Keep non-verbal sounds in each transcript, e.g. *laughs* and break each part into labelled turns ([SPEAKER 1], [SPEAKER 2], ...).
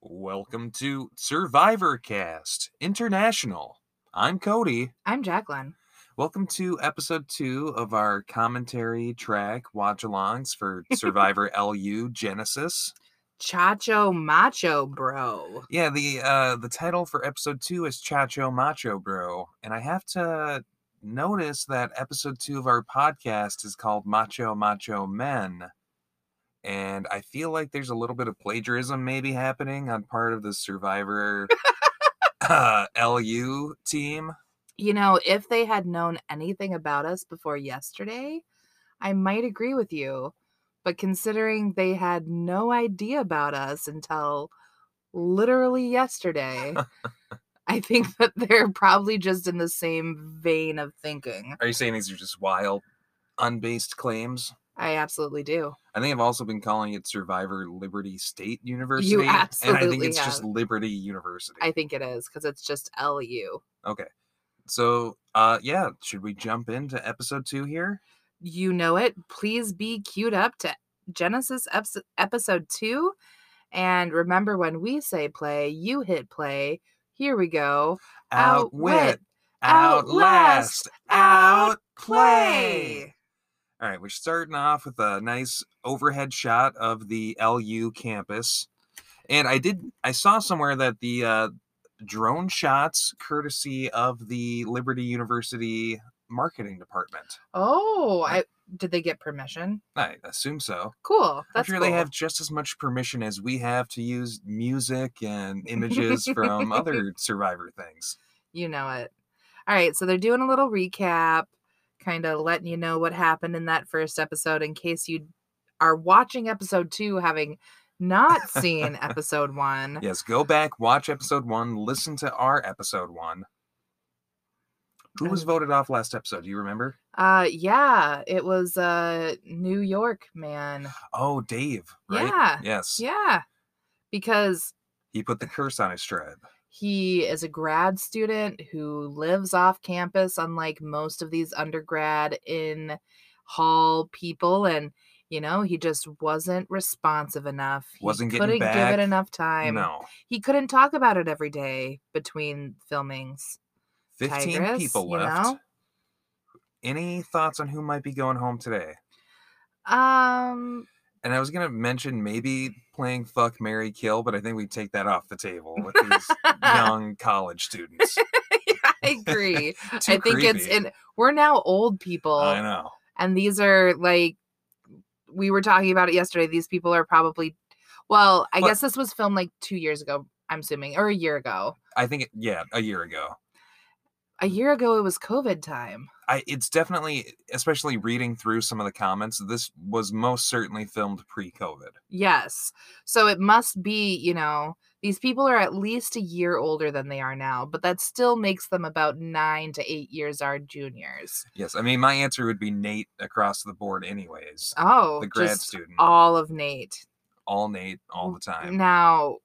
[SPEAKER 1] Welcome to Survivor Cast International. I'm Cody.
[SPEAKER 2] I'm Jacqueline.
[SPEAKER 1] Welcome to episode two of our commentary track watch alongs for Survivor LU Genesis.
[SPEAKER 2] Chacho Macho Bro.
[SPEAKER 1] Yeah, the uh the title for episode two is Chacho Macho Bro. And I have to notice that episode two of our podcast is called Macho Macho Men. And I feel like there's a little bit of plagiarism maybe happening on part of the Survivor uh, LU team.
[SPEAKER 2] You know, if they had known anything about us before yesterday, I might agree with you. But considering they had no idea about us until literally yesterday, I think that they're probably just in the same vein of thinking.
[SPEAKER 1] Are you saying these are just wild, unbased claims?
[SPEAKER 2] I absolutely do.
[SPEAKER 1] I think I've also been calling it Survivor Liberty State University. And I think
[SPEAKER 2] absolutely
[SPEAKER 1] it's just
[SPEAKER 2] have.
[SPEAKER 1] Liberty University.
[SPEAKER 2] I think it is because it's just LU.
[SPEAKER 1] okay. So, uh, yeah, should we jump into episode two here?
[SPEAKER 2] You know it. Please be queued up to Genesis eps- episode two. And remember when we say play, you hit play. Here we go. Outwit, outlast,
[SPEAKER 1] outplay. All right, we're starting off with a nice overhead shot of the LU campus. And I did I saw somewhere that the uh, drone shots courtesy of the Liberty University marketing department.
[SPEAKER 2] Oh, I did they get permission?
[SPEAKER 1] I assume so.
[SPEAKER 2] Cool.
[SPEAKER 1] I'm
[SPEAKER 2] That's
[SPEAKER 1] sure
[SPEAKER 2] cool.
[SPEAKER 1] they have just as much permission as we have to use music
[SPEAKER 2] *laughs*
[SPEAKER 1] and images from other survivor things.
[SPEAKER 2] You know it. All right, so they're doing a little recap, kind of letting you know what happened in that first episode in case you are watching episode 2 having
[SPEAKER 1] *laughs*
[SPEAKER 2] not seen episode 1.
[SPEAKER 1] Yes, go back, watch episode one, listen to our episode one. Who was
[SPEAKER 2] And-
[SPEAKER 1] voted off last episode? Do you remember?
[SPEAKER 2] Uh yeah, it was uh New York man.
[SPEAKER 1] Oh, Dave, right?
[SPEAKER 2] Yeah.
[SPEAKER 1] Yes.
[SPEAKER 2] Yeah. Because
[SPEAKER 1] He put the curse on his tribe.
[SPEAKER 2] he is a grad student who lives off campus unlike most of these undergrad in hall people and you know, he just wasn't responsive enough. He
[SPEAKER 1] Wasn't getting
[SPEAKER 2] couldn't give
[SPEAKER 1] back.
[SPEAKER 2] it enough time.
[SPEAKER 1] no.
[SPEAKER 2] He couldn't talk about it every day between filmings.
[SPEAKER 1] 15
[SPEAKER 2] Tigress,
[SPEAKER 1] people
[SPEAKER 2] you
[SPEAKER 1] left.
[SPEAKER 2] know?
[SPEAKER 1] Any thoughts on who might be going home today?
[SPEAKER 2] Um *laughs*
[SPEAKER 1] And I was going to mention maybe playing fuck, Mary kill, but I think we take that off the table with these young
[SPEAKER 2] *laughs*
[SPEAKER 1] college students. *laughs*
[SPEAKER 2] I agree. I
[SPEAKER 1] Too
[SPEAKER 2] think it's
[SPEAKER 1] creepy.
[SPEAKER 2] and we're now old people.
[SPEAKER 1] I know.
[SPEAKER 2] and these are like we were talking about it yesterday these people are probably well i
[SPEAKER 1] Well-
[SPEAKER 2] guess this was filmed like two years ago i'm assuming or a year ago
[SPEAKER 1] I think, it, yeah, a year ago.
[SPEAKER 2] a year ago it was covid time
[SPEAKER 1] I, it's definitely, especially reading through some of the comments, this was most certainly filmed pre COVID.
[SPEAKER 2] yes so it must be you know these people are at least a year older than they are now but that still makes them about nine to eight years our juniors
[SPEAKER 1] Yes. I mean, my answer would be Nate across the board, anyways.
[SPEAKER 2] oh
[SPEAKER 1] the grad
[SPEAKER 2] just
[SPEAKER 1] student.
[SPEAKER 2] all of nate
[SPEAKER 1] all Nate all the
[SPEAKER 2] Mm-hmm.
[SPEAKER 1] time.
[SPEAKER 2] now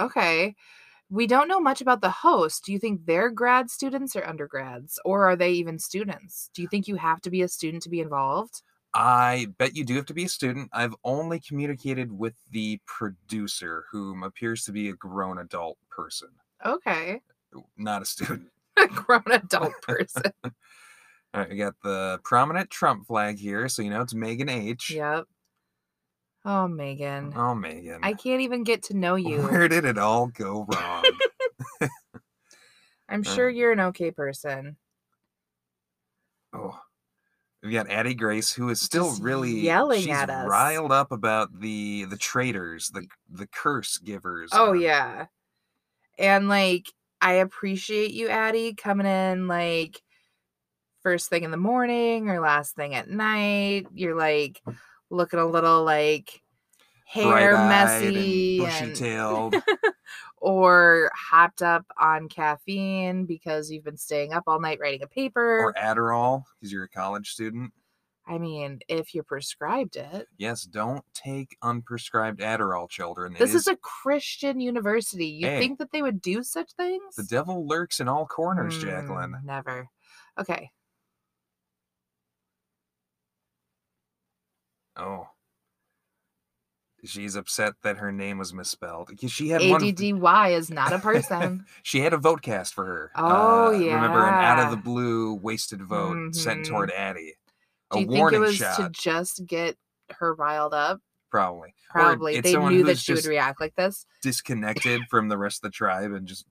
[SPEAKER 2] okay we don't know much about the host do you think they're grad students or undergrads or are they even students do you think you have to be a student to be involved
[SPEAKER 1] I bet you do have to be a student. I've only communicated with the producer, whom appears to be a grown adult person,
[SPEAKER 2] okay
[SPEAKER 1] not a *laughs* student.
[SPEAKER 2] *laughs* a grown *laughs* adult person
[SPEAKER 1] All right, we got the prominent Trump flag here, so you know it's Megan H.
[SPEAKER 2] yep oh megan
[SPEAKER 1] Oh, Megan. *laughs*
[SPEAKER 2] i can't even get to *laughs* know you
[SPEAKER 1] Where did it all go
[SPEAKER 2] *laughs*
[SPEAKER 1] wrong?
[SPEAKER 2] i'm
[SPEAKER 1] Uh.
[SPEAKER 2] sure you're an okay person
[SPEAKER 1] oh. We got Addie Grace, who is still
[SPEAKER 2] Just
[SPEAKER 1] really
[SPEAKER 2] yelling
[SPEAKER 1] she's
[SPEAKER 2] at us.
[SPEAKER 1] riled up about the the traitors, the the curse givers.
[SPEAKER 2] oh
[SPEAKER 1] on-
[SPEAKER 2] yeah and like i appreciate you addie coming in like first thing in the morning or last thing at night you're like looking a little like hair
[SPEAKER 1] bright-eyed
[SPEAKER 2] messy
[SPEAKER 1] and bushy
[SPEAKER 2] and-
[SPEAKER 1] tailed.
[SPEAKER 2] *laughs* or hopped up on caffeine because you've been staying up all night writing a paper
[SPEAKER 1] or Adderall because you're a college student.
[SPEAKER 2] i mean if you prescribed it
[SPEAKER 1] Yes, don't take unprescribed Adderall, children. It
[SPEAKER 2] this is, a christian university you
[SPEAKER 1] Hey.
[SPEAKER 2] think that they would do such things
[SPEAKER 1] the devil lurks in all corners, Jacqueline.
[SPEAKER 2] Mm, Never. Okay.
[SPEAKER 1] Oh, She's upset that her name was misspelled. 'Cause She had one.
[SPEAKER 2] ADDY is not a person.
[SPEAKER 1] She had a vote cast for her. uh,
[SPEAKER 2] Oh,
[SPEAKER 1] Remember an out of the
[SPEAKER 2] yeah.
[SPEAKER 1] blue wasted vote sent
[SPEAKER 2] Mhm.
[SPEAKER 1] toward Addie. *laughs* A
[SPEAKER 2] Do you think it
[SPEAKER 1] warning
[SPEAKER 2] was
[SPEAKER 1] shot,
[SPEAKER 2] to just get her riled up?
[SPEAKER 1] probably. Or
[SPEAKER 2] Probably.
[SPEAKER 1] it's
[SPEAKER 2] They
[SPEAKER 1] someone
[SPEAKER 2] knew that
[SPEAKER 1] who's
[SPEAKER 2] she would
[SPEAKER 1] just
[SPEAKER 2] react like this. *laughs*
[SPEAKER 1] disconnected from the rest of the tribe and just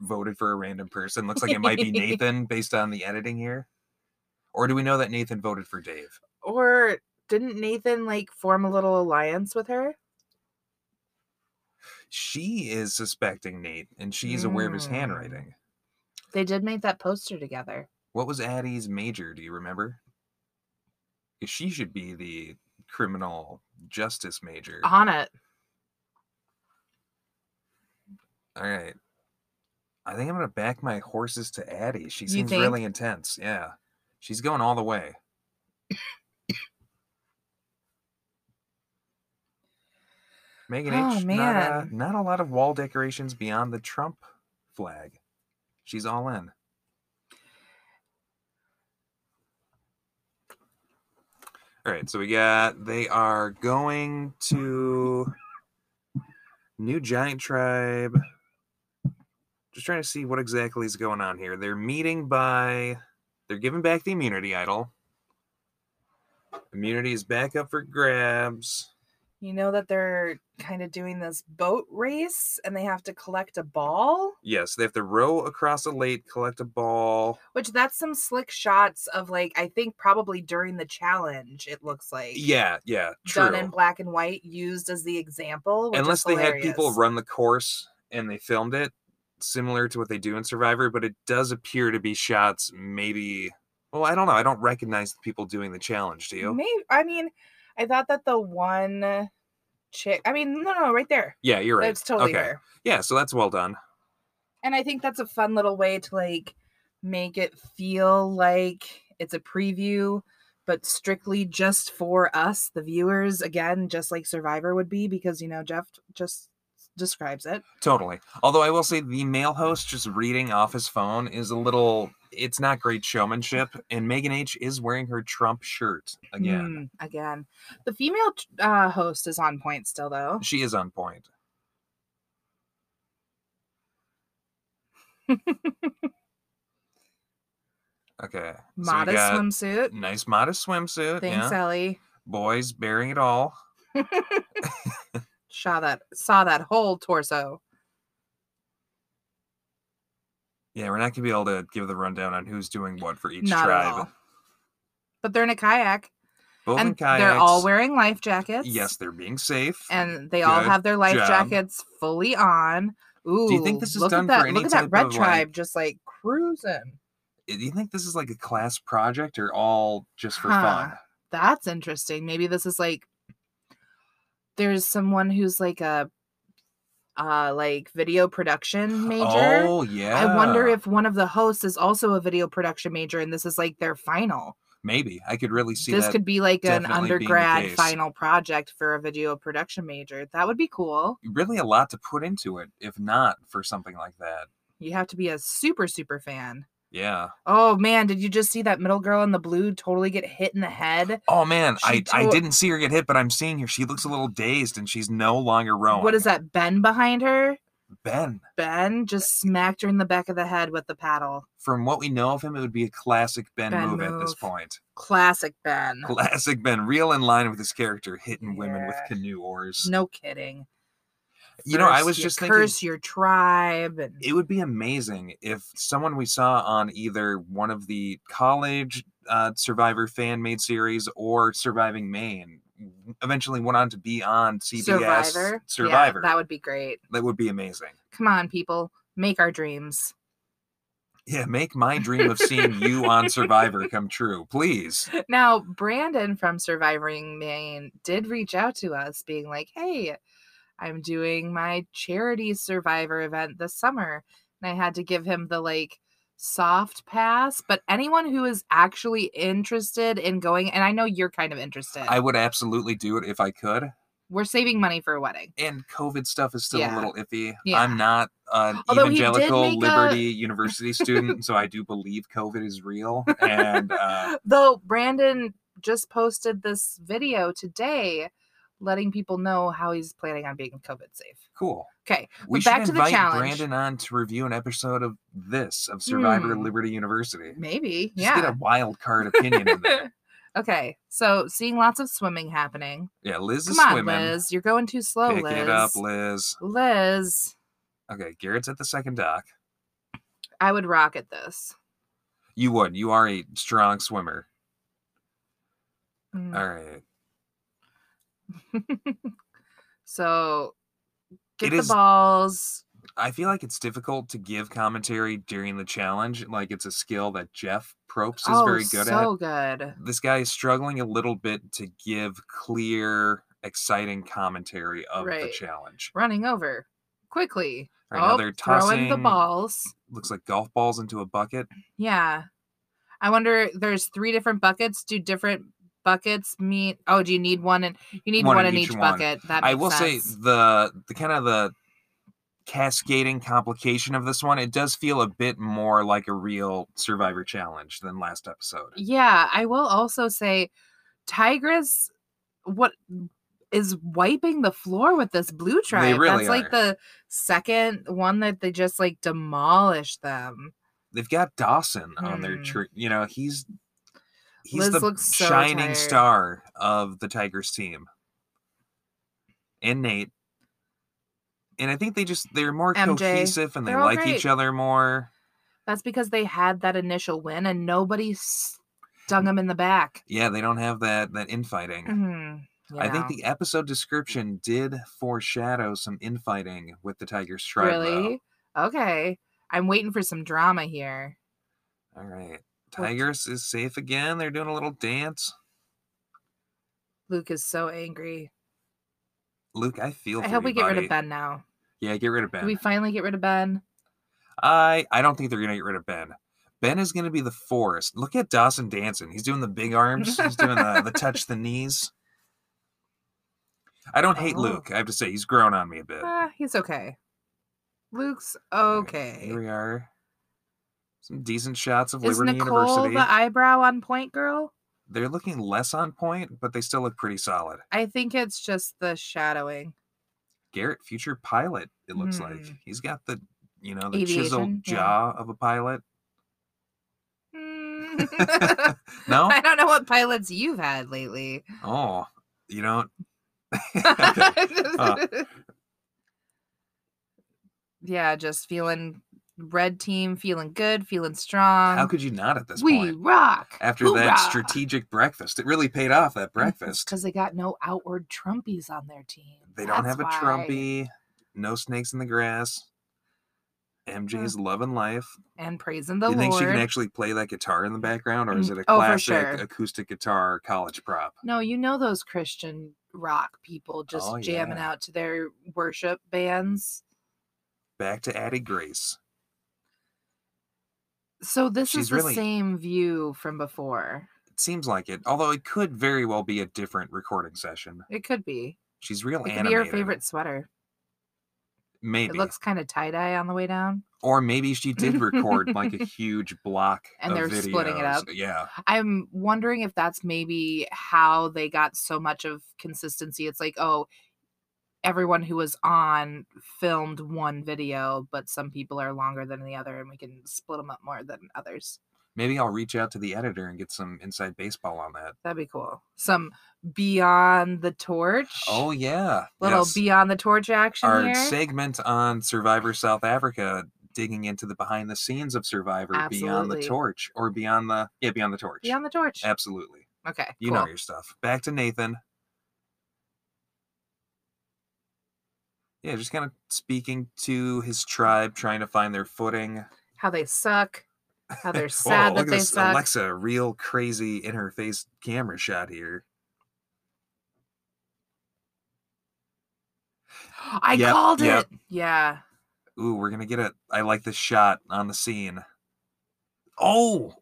[SPEAKER 1] voted for a random person. Looks like it might be Nathan based on the editing here. Or do we know that Nathan voted for Dave?
[SPEAKER 2] Or didn't Nathan like form a little alliance with her?
[SPEAKER 1] She is suspecting Nate and she's aware of his
[SPEAKER 2] Mm.
[SPEAKER 1] handwriting.
[SPEAKER 2] They did make that poster together.
[SPEAKER 1] What was Addie's major? Do you remember? 'Cause She should be the criminal justice major.
[SPEAKER 2] On it.
[SPEAKER 1] All right. I think I'm gonna back my horses to Addie. She
[SPEAKER 2] You
[SPEAKER 1] seems really intense. Yeah. She's going all the way. Megan
[SPEAKER 2] Oh,
[SPEAKER 1] H. Not a,
[SPEAKER 2] man.
[SPEAKER 1] not a lot of wall decorations beyond the Trump flag. She's all in. All right, so we got they are going to New Giant Tribe. Just trying to see what exactly is going on here. They're meeting by they're giving back the immunity idol. Immunity is back up for grabs.
[SPEAKER 2] You know that they're kind of doing this boat race and they have to collect a ball,
[SPEAKER 1] Yes, they have to row across a lake, collect a ball.
[SPEAKER 2] which that's some slick shots of like I think probably during the challenge it looks like.
[SPEAKER 1] Yeah, yeah, true.
[SPEAKER 2] Done in black and white used as the example. which is
[SPEAKER 1] Unless they had people
[SPEAKER 2] hilarious.
[SPEAKER 1] run the course and they filmed it, similar to what they do in Survivor, but it does appear to be shots maybe. Well, I don't know. I don't recognize the people doing the challenge, do you?
[SPEAKER 2] Maybe I mean, I thought that the one chick. I mean, no, no, right there.
[SPEAKER 1] Yeah, you're right.
[SPEAKER 2] That's totally
[SPEAKER 1] okay.
[SPEAKER 2] her.
[SPEAKER 1] Yeah, so that's well done.
[SPEAKER 2] And I think that's a fun little way to like make it feel like it's a preview, but strictly just for us, the viewers. Again, just like Survivor would be, because you know Jeff just describes it.
[SPEAKER 1] Totally. Although I will say the male host just reading off his phone is a little it's not great showmanship and Megan H is wearing her Trump shirt again.
[SPEAKER 2] Mm, again, the female t- uh, host is on point still, though.
[SPEAKER 1] She is on point. Okay. so we
[SPEAKER 2] Modest
[SPEAKER 1] got
[SPEAKER 2] swimsuit.
[SPEAKER 1] nice modest swimsuit.
[SPEAKER 2] Thanks,
[SPEAKER 1] yeah.
[SPEAKER 2] Ellie.
[SPEAKER 1] Boys bearing it all.
[SPEAKER 2] Saw that. Saw that whole torso.
[SPEAKER 1] Yeah, we're not gonna be able to give the rundown on who's doing what for each
[SPEAKER 2] Not at
[SPEAKER 1] tribe.
[SPEAKER 2] all. But they're in a kayak,
[SPEAKER 1] Both in
[SPEAKER 2] and they're all
[SPEAKER 1] kayaks.
[SPEAKER 2] wearing life jackets.
[SPEAKER 1] Yes, they're being safe.
[SPEAKER 2] and they all
[SPEAKER 1] Good
[SPEAKER 2] have their life
[SPEAKER 1] job.
[SPEAKER 2] jackets fully on. Ooh,
[SPEAKER 1] you think this is
[SPEAKER 2] look
[SPEAKER 1] done
[SPEAKER 2] at
[SPEAKER 1] for
[SPEAKER 2] that!
[SPEAKER 1] any
[SPEAKER 2] look at that
[SPEAKER 1] type
[SPEAKER 2] red
[SPEAKER 1] of, like-
[SPEAKER 2] tribe just like cruising.
[SPEAKER 1] do you think this is like a class project or all just for
[SPEAKER 2] Huh.
[SPEAKER 1] fun?
[SPEAKER 2] That's interesting. Maybe this is like there's someone who's like a uh like video production major.
[SPEAKER 1] Oh yeah.
[SPEAKER 2] I wonder if one of the hosts is also a video production major and this is like their final.
[SPEAKER 1] maybe I could really see
[SPEAKER 2] this
[SPEAKER 1] that.
[SPEAKER 2] could be like an
[SPEAKER 1] definitely being the
[SPEAKER 2] undergrad
[SPEAKER 1] case.
[SPEAKER 2] final project for a video production major. That would be cool.
[SPEAKER 1] really a lot to put into it, if not for something like that.
[SPEAKER 2] You have to be a super super fan.
[SPEAKER 1] Yeah.
[SPEAKER 2] Oh man, did you just see that middle girl in the blue totally get hit in the head?
[SPEAKER 1] Oh man, I,
[SPEAKER 2] She
[SPEAKER 1] I
[SPEAKER 2] to-
[SPEAKER 1] didn't see her get hit, but I'm seeing her. She looks a little dazed, and she's no longer rowing.
[SPEAKER 2] What is that? Ben behind her?
[SPEAKER 1] Ben?
[SPEAKER 2] Ben just smacked her in the back of the head with the paddle.
[SPEAKER 1] From what we know of him, it would be a classic Ben,
[SPEAKER 2] Ben
[SPEAKER 1] move, at this
[SPEAKER 2] move.
[SPEAKER 1] point.
[SPEAKER 2] Classic Ben.
[SPEAKER 1] Classic Ben, real in line with his character, hitting women with
[SPEAKER 2] Yeah.
[SPEAKER 1] canoe oars.
[SPEAKER 2] No kidding.
[SPEAKER 1] You know, I was
[SPEAKER 2] you
[SPEAKER 1] just thinking-
[SPEAKER 2] curse your tribe and
[SPEAKER 1] it would be amazing if someone we saw on either one of the college uh, survivor fan made series or surviving maine w- eventually went on to be on cbs
[SPEAKER 2] Survivor. Yeah,
[SPEAKER 1] Survivor.
[SPEAKER 2] that
[SPEAKER 1] that,
[SPEAKER 2] would be great.
[SPEAKER 1] would- be amazing
[SPEAKER 2] Come on, people. Make our dreams.
[SPEAKER 1] yeah make my dream of seeing you on survivor come true please
[SPEAKER 2] Now, Brandon from Surviving Maine did reach out to us being like, hey, I'm doing my charity survivor event this summer. And I had to give him the like soft pass. But anyone who is actually interested in going, and I know you're kind of interested,
[SPEAKER 1] i would absolutely do it if i could
[SPEAKER 2] we're saving money for a wedding.
[SPEAKER 1] and covid stuff is still
[SPEAKER 2] Yeah.
[SPEAKER 1] a little iffy
[SPEAKER 2] Yeah.
[SPEAKER 1] i'm not an
[SPEAKER 2] Although he did
[SPEAKER 1] evangelical
[SPEAKER 2] make a-
[SPEAKER 1] liberty university student so i do believe covid is real
[SPEAKER 2] *laughs*
[SPEAKER 1] and uh,
[SPEAKER 2] Though Brandon just posted this video today letting people know how he's planning on being COVID safe.
[SPEAKER 1] Cool.
[SPEAKER 2] Okay.
[SPEAKER 1] We
[SPEAKER 2] But
[SPEAKER 1] should
[SPEAKER 2] back to the
[SPEAKER 1] invite
[SPEAKER 2] challenge.
[SPEAKER 1] Brandon on to review an episode of this of Survivor
[SPEAKER 2] Hmm.
[SPEAKER 1] Liberty University.
[SPEAKER 2] Maybe.
[SPEAKER 1] Just
[SPEAKER 2] yeah.
[SPEAKER 1] get a wild card opinion in
[SPEAKER 2] *laughs*
[SPEAKER 1] there.
[SPEAKER 2] okay. So seeing lots of swimming happening.
[SPEAKER 1] Yeah, Liz is
[SPEAKER 2] Come on,
[SPEAKER 1] swimming.
[SPEAKER 2] Liz. You're going too slow,
[SPEAKER 1] Pick
[SPEAKER 2] Liz.
[SPEAKER 1] it up, Liz.
[SPEAKER 2] Liz,
[SPEAKER 1] Okay, Garrett's at the second dock.
[SPEAKER 2] I would rock at this.
[SPEAKER 1] You would. You are a strong swimmer.
[SPEAKER 2] Mm.
[SPEAKER 1] All right.
[SPEAKER 2] *laughs* So get
[SPEAKER 1] It
[SPEAKER 2] the
[SPEAKER 1] is-
[SPEAKER 2] balls.
[SPEAKER 1] I feel like it's difficult to give commentary during the challenge. Like it's a skill that Jeff Probst is
[SPEAKER 2] oh,
[SPEAKER 1] very good
[SPEAKER 2] so good.
[SPEAKER 1] at. This guy is struggling a little bit to give clear, exciting commentary of the
[SPEAKER 2] Right.
[SPEAKER 1] challenge.
[SPEAKER 2] Running over quickly.
[SPEAKER 1] Right now
[SPEAKER 2] Oh,
[SPEAKER 1] they're
[SPEAKER 2] throwing
[SPEAKER 1] tossing
[SPEAKER 2] the balls.
[SPEAKER 1] Looks like golf balls into a bucket.
[SPEAKER 2] Yeah. I wonder there's three different buckets. Do different buckets mean oh, do you need one and you need one, in each,
[SPEAKER 1] one.
[SPEAKER 2] bucket. That
[SPEAKER 1] I
[SPEAKER 2] makes
[SPEAKER 1] will
[SPEAKER 2] sense.
[SPEAKER 1] say the the kind of the cascading complication of this one, it does feel a bit more like a real survivor challenge than last episode.
[SPEAKER 2] Yeah, I will also say Tigress what is wiping the floor with this blue tribe.
[SPEAKER 1] really
[SPEAKER 2] That's like
[SPEAKER 1] are.
[SPEAKER 2] the second one that they just like demolished them.
[SPEAKER 1] They've got Dawson on their
[SPEAKER 2] Hmm.
[SPEAKER 1] tr- you know, he's he's
[SPEAKER 2] Liz
[SPEAKER 1] the
[SPEAKER 2] looks so
[SPEAKER 1] shining
[SPEAKER 2] tired.
[SPEAKER 1] star of the Tigers team. And Nate. And I think they just they're more
[SPEAKER 2] MJ.
[SPEAKER 1] cohesive and they
[SPEAKER 2] They're all
[SPEAKER 1] like each
[SPEAKER 2] great.
[SPEAKER 1] other more.
[SPEAKER 2] That's because they had that initial win and nobody stung them in the back.
[SPEAKER 1] Yeah, they don't have that that infighting.
[SPEAKER 2] Mhm,
[SPEAKER 1] I think
[SPEAKER 2] yeah.
[SPEAKER 1] the episode description did foreshadow some infighting with the Tigers tribe. though.
[SPEAKER 2] really okay. I'm waiting for some drama here.
[SPEAKER 1] All right.
[SPEAKER 2] What-
[SPEAKER 1] Tigers is safe again. They're doing a little dance.
[SPEAKER 2] Luke is so angry.
[SPEAKER 1] Luke, I feel.
[SPEAKER 2] I
[SPEAKER 1] for
[SPEAKER 2] hope
[SPEAKER 1] you,
[SPEAKER 2] we get rid
[SPEAKER 1] buddy.
[SPEAKER 2] of Ben now.
[SPEAKER 1] Yeah, get rid of
[SPEAKER 2] Do
[SPEAKER 1] Ben.
[SPEAKER 2] we finally get rid of Ben?
[SPEAKER 1] I I don't think they're gonna get rid of Ben. Ben is gonna be the forest. Look at Dawson dancing. He's doing the big arms. He's doing the, the touch the knees. I don't hate
[SPEAKER 2] Oh.
[SPEAKER 1] Luke. I have to say he's grown on me a bit.
[SPEAKER 2] Ah, he's okay. Luke's
[SPEAKER 1] All right,
[SPEAKER 2] okay.
[SPEAKER 1] here we are. Some decent shots of
[SPEAKER 2] Is
[SPEAKER 1] Liberty
[SPEAKER 2] Nicole
[SPEAKER 1] University.
[SPEAKER 2] the eyebrow on point girl?
[SPEAKER 1] They're looking less on point, but they still look pretty solid.
[SPEAKER 2] I think it's just the shadowing.
[SPEAKER 1] Garrett, future pilot, it looks like.
[SPEAKER 2] Hmm.
[SPEAKER 1] He's got the you know, the
[SPEAKER 2] Aviation,
[SPEAKER 1] chiseled
[SPEAKER 2] yeah.
[SPEAKER 1] jaw of a pilot.
[SPEAKER 2] *laughs* Mm. *laughs*
[SPEAKER 1] No?
[SPEAKER 2] I don't know what pilots you've had lately.
[SPEAKER 1] Oh, you don't. *laughs* Okay. Uh.
[SPEAKER 2] *laughs* Yeah, just feeling red team, feeling good, feeling strong.
[SPEAKER 1] How could you not at this
[SPEAKER 2] Um, we
[SPEAKER 1] point?
[SPEAKER 2] rock
[SPEAKER 1] After that
[SPEAKER 2] *laughs*
[SPEAKER 1] strategic breakfast, it really paid off
[SPEAKER 2] Mm,
[SPEAKER 1] that breakfast.
[SPEAKER 2] because they got no outward Trumpies on their team.
[SPEAKER 1] They don't
[SPEAKER 2] That's
[SPEAKER 1] have a
[SPEAKER 2] why.
[SPEAKER 1] Trumpy, no snakes in the grass. MJ's loving life.
[SPEAKER 2] and praising Hmm. the
[SPEAKER 1] Do you think
[SPEAKER 2] Lord.
[SPEAKER 1] she can actually play that guitar in the background, or is it
[SPEAKER 2] Mm,
[SPEAKER 1] a
[SPEAKER 2] oh, for
[SPEAKER 1] classic
[SPEAKER 2] sure.
[SPEAKER 1] acoustic guitar college prop?
[SPEAKER 2] No, you know those Christian rock people just
[SPEAKER 1] Oh,
[SPEAKER 2] jamming
[SPEAKER 1] yeah.
[SPEAKER 2] out to their worship bands.
[SPEAKER 1] Back to Addie Grace.
[SPEAKER 2] So this
[SPEAKER 1] She's
[SPEAKER 2] is the
[SPEAKER 1] really-
[SPEAKER 2] same view from before.
[SPEAKER 1] It seems like it, although it could very well be a different recording session.
[SPEAKER 2] It could be.
[SPEAKER 1] She's real
[SPEAKER 2] It could be
[SPEAKER 1] Oh, animated.
[SPEAKER 2] her favorite sweater.
[SPEAKER 1] Maybe.
[SPEAKER 2] It looks kind of tie dye on the way down.
[SPEAKER 1] or maybe
[SPEAKER 2] *laughs*
[SPEAKER 1] she did record like a huge block
[SPEAKER 2] And
[SPEAKER 1] of
[SPEAKER 2] they're
[SPEAKER 1] videos.
[SPEAKER 2] splitting it up.
[SPEAKER 1] Yeah,
[SPEAKER 2] I'm wondering if that's maybe how they got so much of consistency. It's like, oh, everyone who was on filmed one video, but some people are longer than the other, and we can split them up more than others.
[SPEAKER 1] maybe I'll reach out to the editor and get some inside baseball on that.
[SPEAKER 2] That'd be cool. Some Beyond the Torch.
[SPEAKER 1] Oh yeah,
[SPEAKER 2] little
[SPEAKER 1] yes.
[SPEAKER 2] Beyond the Torch action
[SPEAKER 1] our
[SPEAKER 2] here.
[SPEAKER 1] segment on Survivor South Africa, digging into the behind the scenes of Survivor beyond the
[SPEAKER 2] Absolutely.
[SPEAKER 1] torch or beyond the yeah beyond the torch.
[SPEAKER 2] Beyond the Torch.
[SPEAKER 1] Absolutely,
[SPEAKER 2] Okay.
[SPEAKER 1] you
[SPEAKER 2] cool.
[SPEAKER 1] know your stuff. Back to Nathan. Yeah, just kind of speaking to his tribe, trying to find their footing.
[SPEAKER 2] how they suck,
[SPEAKER 1] *laughs*
[SPEAKER 2] how they're
[SPEAKER 1] Whoa,
[SPEAKER 2] sad
[SPEAKER 1] look
[SPEAKER 2] that
[SPEAKER 1] at
[SPEAKER 2] they
[SPEAKER 1] this
[SPEAKER 2] suck.
[SPEAKER 1] Alexa real crazy in her face camera shot here.
[SPEAKER 2] *gasps* I
[SPEAKER 1] Yep,
[SPEAKER 2] called
[SPEAKER 1] yep.
[SPEAKER 2] it. Yeah.
[SPEAKER 1] Ooh, we're gonna get a I like this shot on the scene. Oh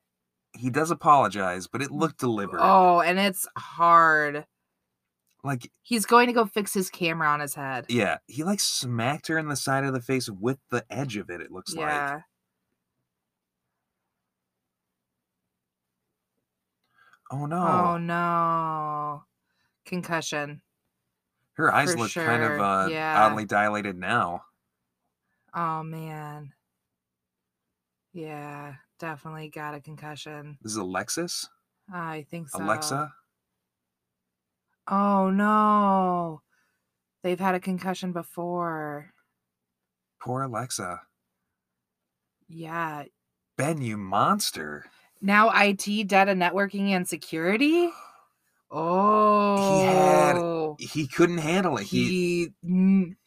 [SPEAKER 1] he does apologize, but it looked deliberate.
[SPEAKER 2] Oh, and it's hard.
[SPEAKER 1] Like,
[SPEAKER 2] He's going to go fix his camera on his head.
[SPEAKER 1] yeah, he like smacked her in the side of the face with the edge of it, it looks like.
[SPEAKER 2] yeah.
[SPEAKER 1] Oh no. Oh,
[SPEAKER 2] Oh no. Oh, Concussion.
[SPEAKER 1] Her eyes
[SPEAKER 2] For
[SPEAKER 1] look kind of
[SPEAKER 2] sure,
[SPEAKER 1] uh,
[SPEAKER 2] yeah.
[SPEAKER 1] oddly dilated now.
[SPEAKER 2] Oh man. Yeah, definitely got a concussion.
[SPEAKER 1] This is Alexis,
[SPEAKER 2] I think so.
[SPEAKER 1] Alexa.
[SPEAKER 2] Oh no. They've had a concussion before.
[SPEAKER 1] Poor Alexa.
[SPEAKER 2] Yeah.
[SPEAKER 1] Ben, you monster.
[SPEAKER 2] Now IT, data networking, and
[SPEAKER 1] *gasps*
[SPEAKER 2] security. Oh.
[SPEAKER 1] He couldn't handle it. He he,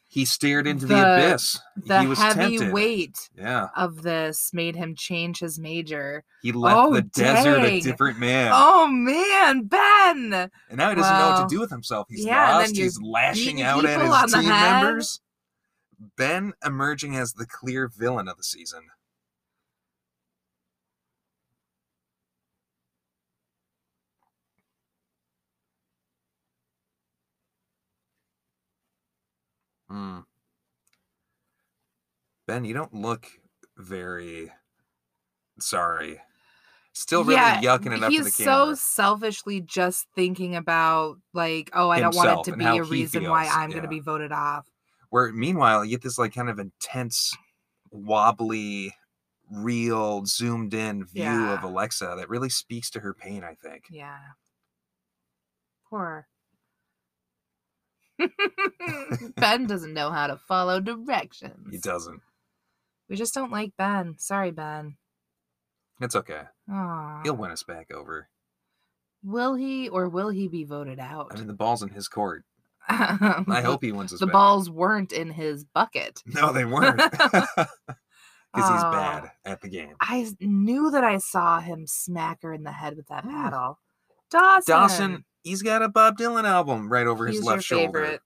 [SPEAKER 2] he, mm,
[SPEAKER 1] stared into the,
[SPEAKER 2] The-
[SPEAKER 1] abyss.
[SPEAKER 2] the
[SPEAKER 1] he was
[SPEAKER 2] heavy
[SPEAKER 1] tempted.
[SPEAKER 2] weight
[SPEAKER 1] Yeah,
[SPEAKER 2] of this made him change his major.
[SPEAKER 1] he left
[SPEAKER 2] Oh,
[SPEAKER 1] the desert a
[SPEAKER 2] dang.
[SPEAKER 1] different man,
[SPEAKER 2] Oh man, Ben.
[SPEAKER 1] and now he doesn't know what
[SPEAKER 2] wow.
[SPEAKER 1] to do with himself. He's
[SPEAKER 2] Yeah, and then
[SPEAKER 1] lost.
[SPEAKER 2] you're
[SPEAKER 1] He's lashing
[SPEAKER 2] beating
[SPEAKER 1] out at
[SPEAKER 2] people
[SPEAKER 1] his
[SPEAKER 2] on the
[SPEAKER 1] team
[SPEAKER 2] head.
[SPEAKER 1] members. Ben emerging as the clear villain of the season. Hmm. Ben, you don't look very sorry. Still really yucking it up to the
[SPEAKER 2] he's so
[SPEAKER 1] camera.
[SPEAKER 2] selfishly just thinking about like, oh, I don't want
[SPEAKER 1] Himself
[SPEAKER 2] it to
[SPEAKER 1] and
[SPEAKER 2] be
[SPEAKER 1] how
[SPEAKER 2] a
[SPEAKER 1] he
[SPEAKER 2] reason why
[SPEAKER 1] feels,
[SPEAKER 2] I'm going
[SPEAKER 1] yeah.
[SPEAKER 2] to be voted off.
[SPEAKER 1] Where meanwhile, you get this like kind of intense, wobbly, real, zoomed in view of
[SPEAKER 2] Yeah.
[SPEAKER 1] Alexa that really speaks to her pain, I think.
[SPEAKER 2] Yeah. Poor. *laughs* ben doesn't know how to follow directions.
[SPEAKER 1] He doesn't.
[SPEAKER 2] We just don't like Ben. Sorry, Ben.
[SPEAKER 1] It's okay.
[SPEAKER 2] Aw.
[SPEAKER 1] He'll win us back over.
[SPEAKER 2] Will he or will he be voted out? *laughs* Um,
[SPEAKER 1] I mean, the ball's in his court. I hope he wins us
[SPEAKER 2] the
[SPEAKER 1] back.
[SPEAKER 2] balls weren't in his bucket.
[SPEAKER 1] *laughs* No,
[SPEAKER 2] *laughs*
[SPEAKER 1] they weren't. *laughs* Because he's
[SPEAKER 2] Aw.
[SPEAKER 1] bad at the game.
[SPEAKER 2] I s- knew that I saw him smack her in the head with that
[SPEAKER 1] Mm.
[SPEAKER 2] paddle. Dawson.
[SPEAKER 1] Dawson, he's got a Bob Dylan album right over his
[SPEAKER 2] he's
[SPEAKER 1] left
[SPEAKER 2] your
[SPEAKER 1] shoulder.
[SPEAKER 2] favorite.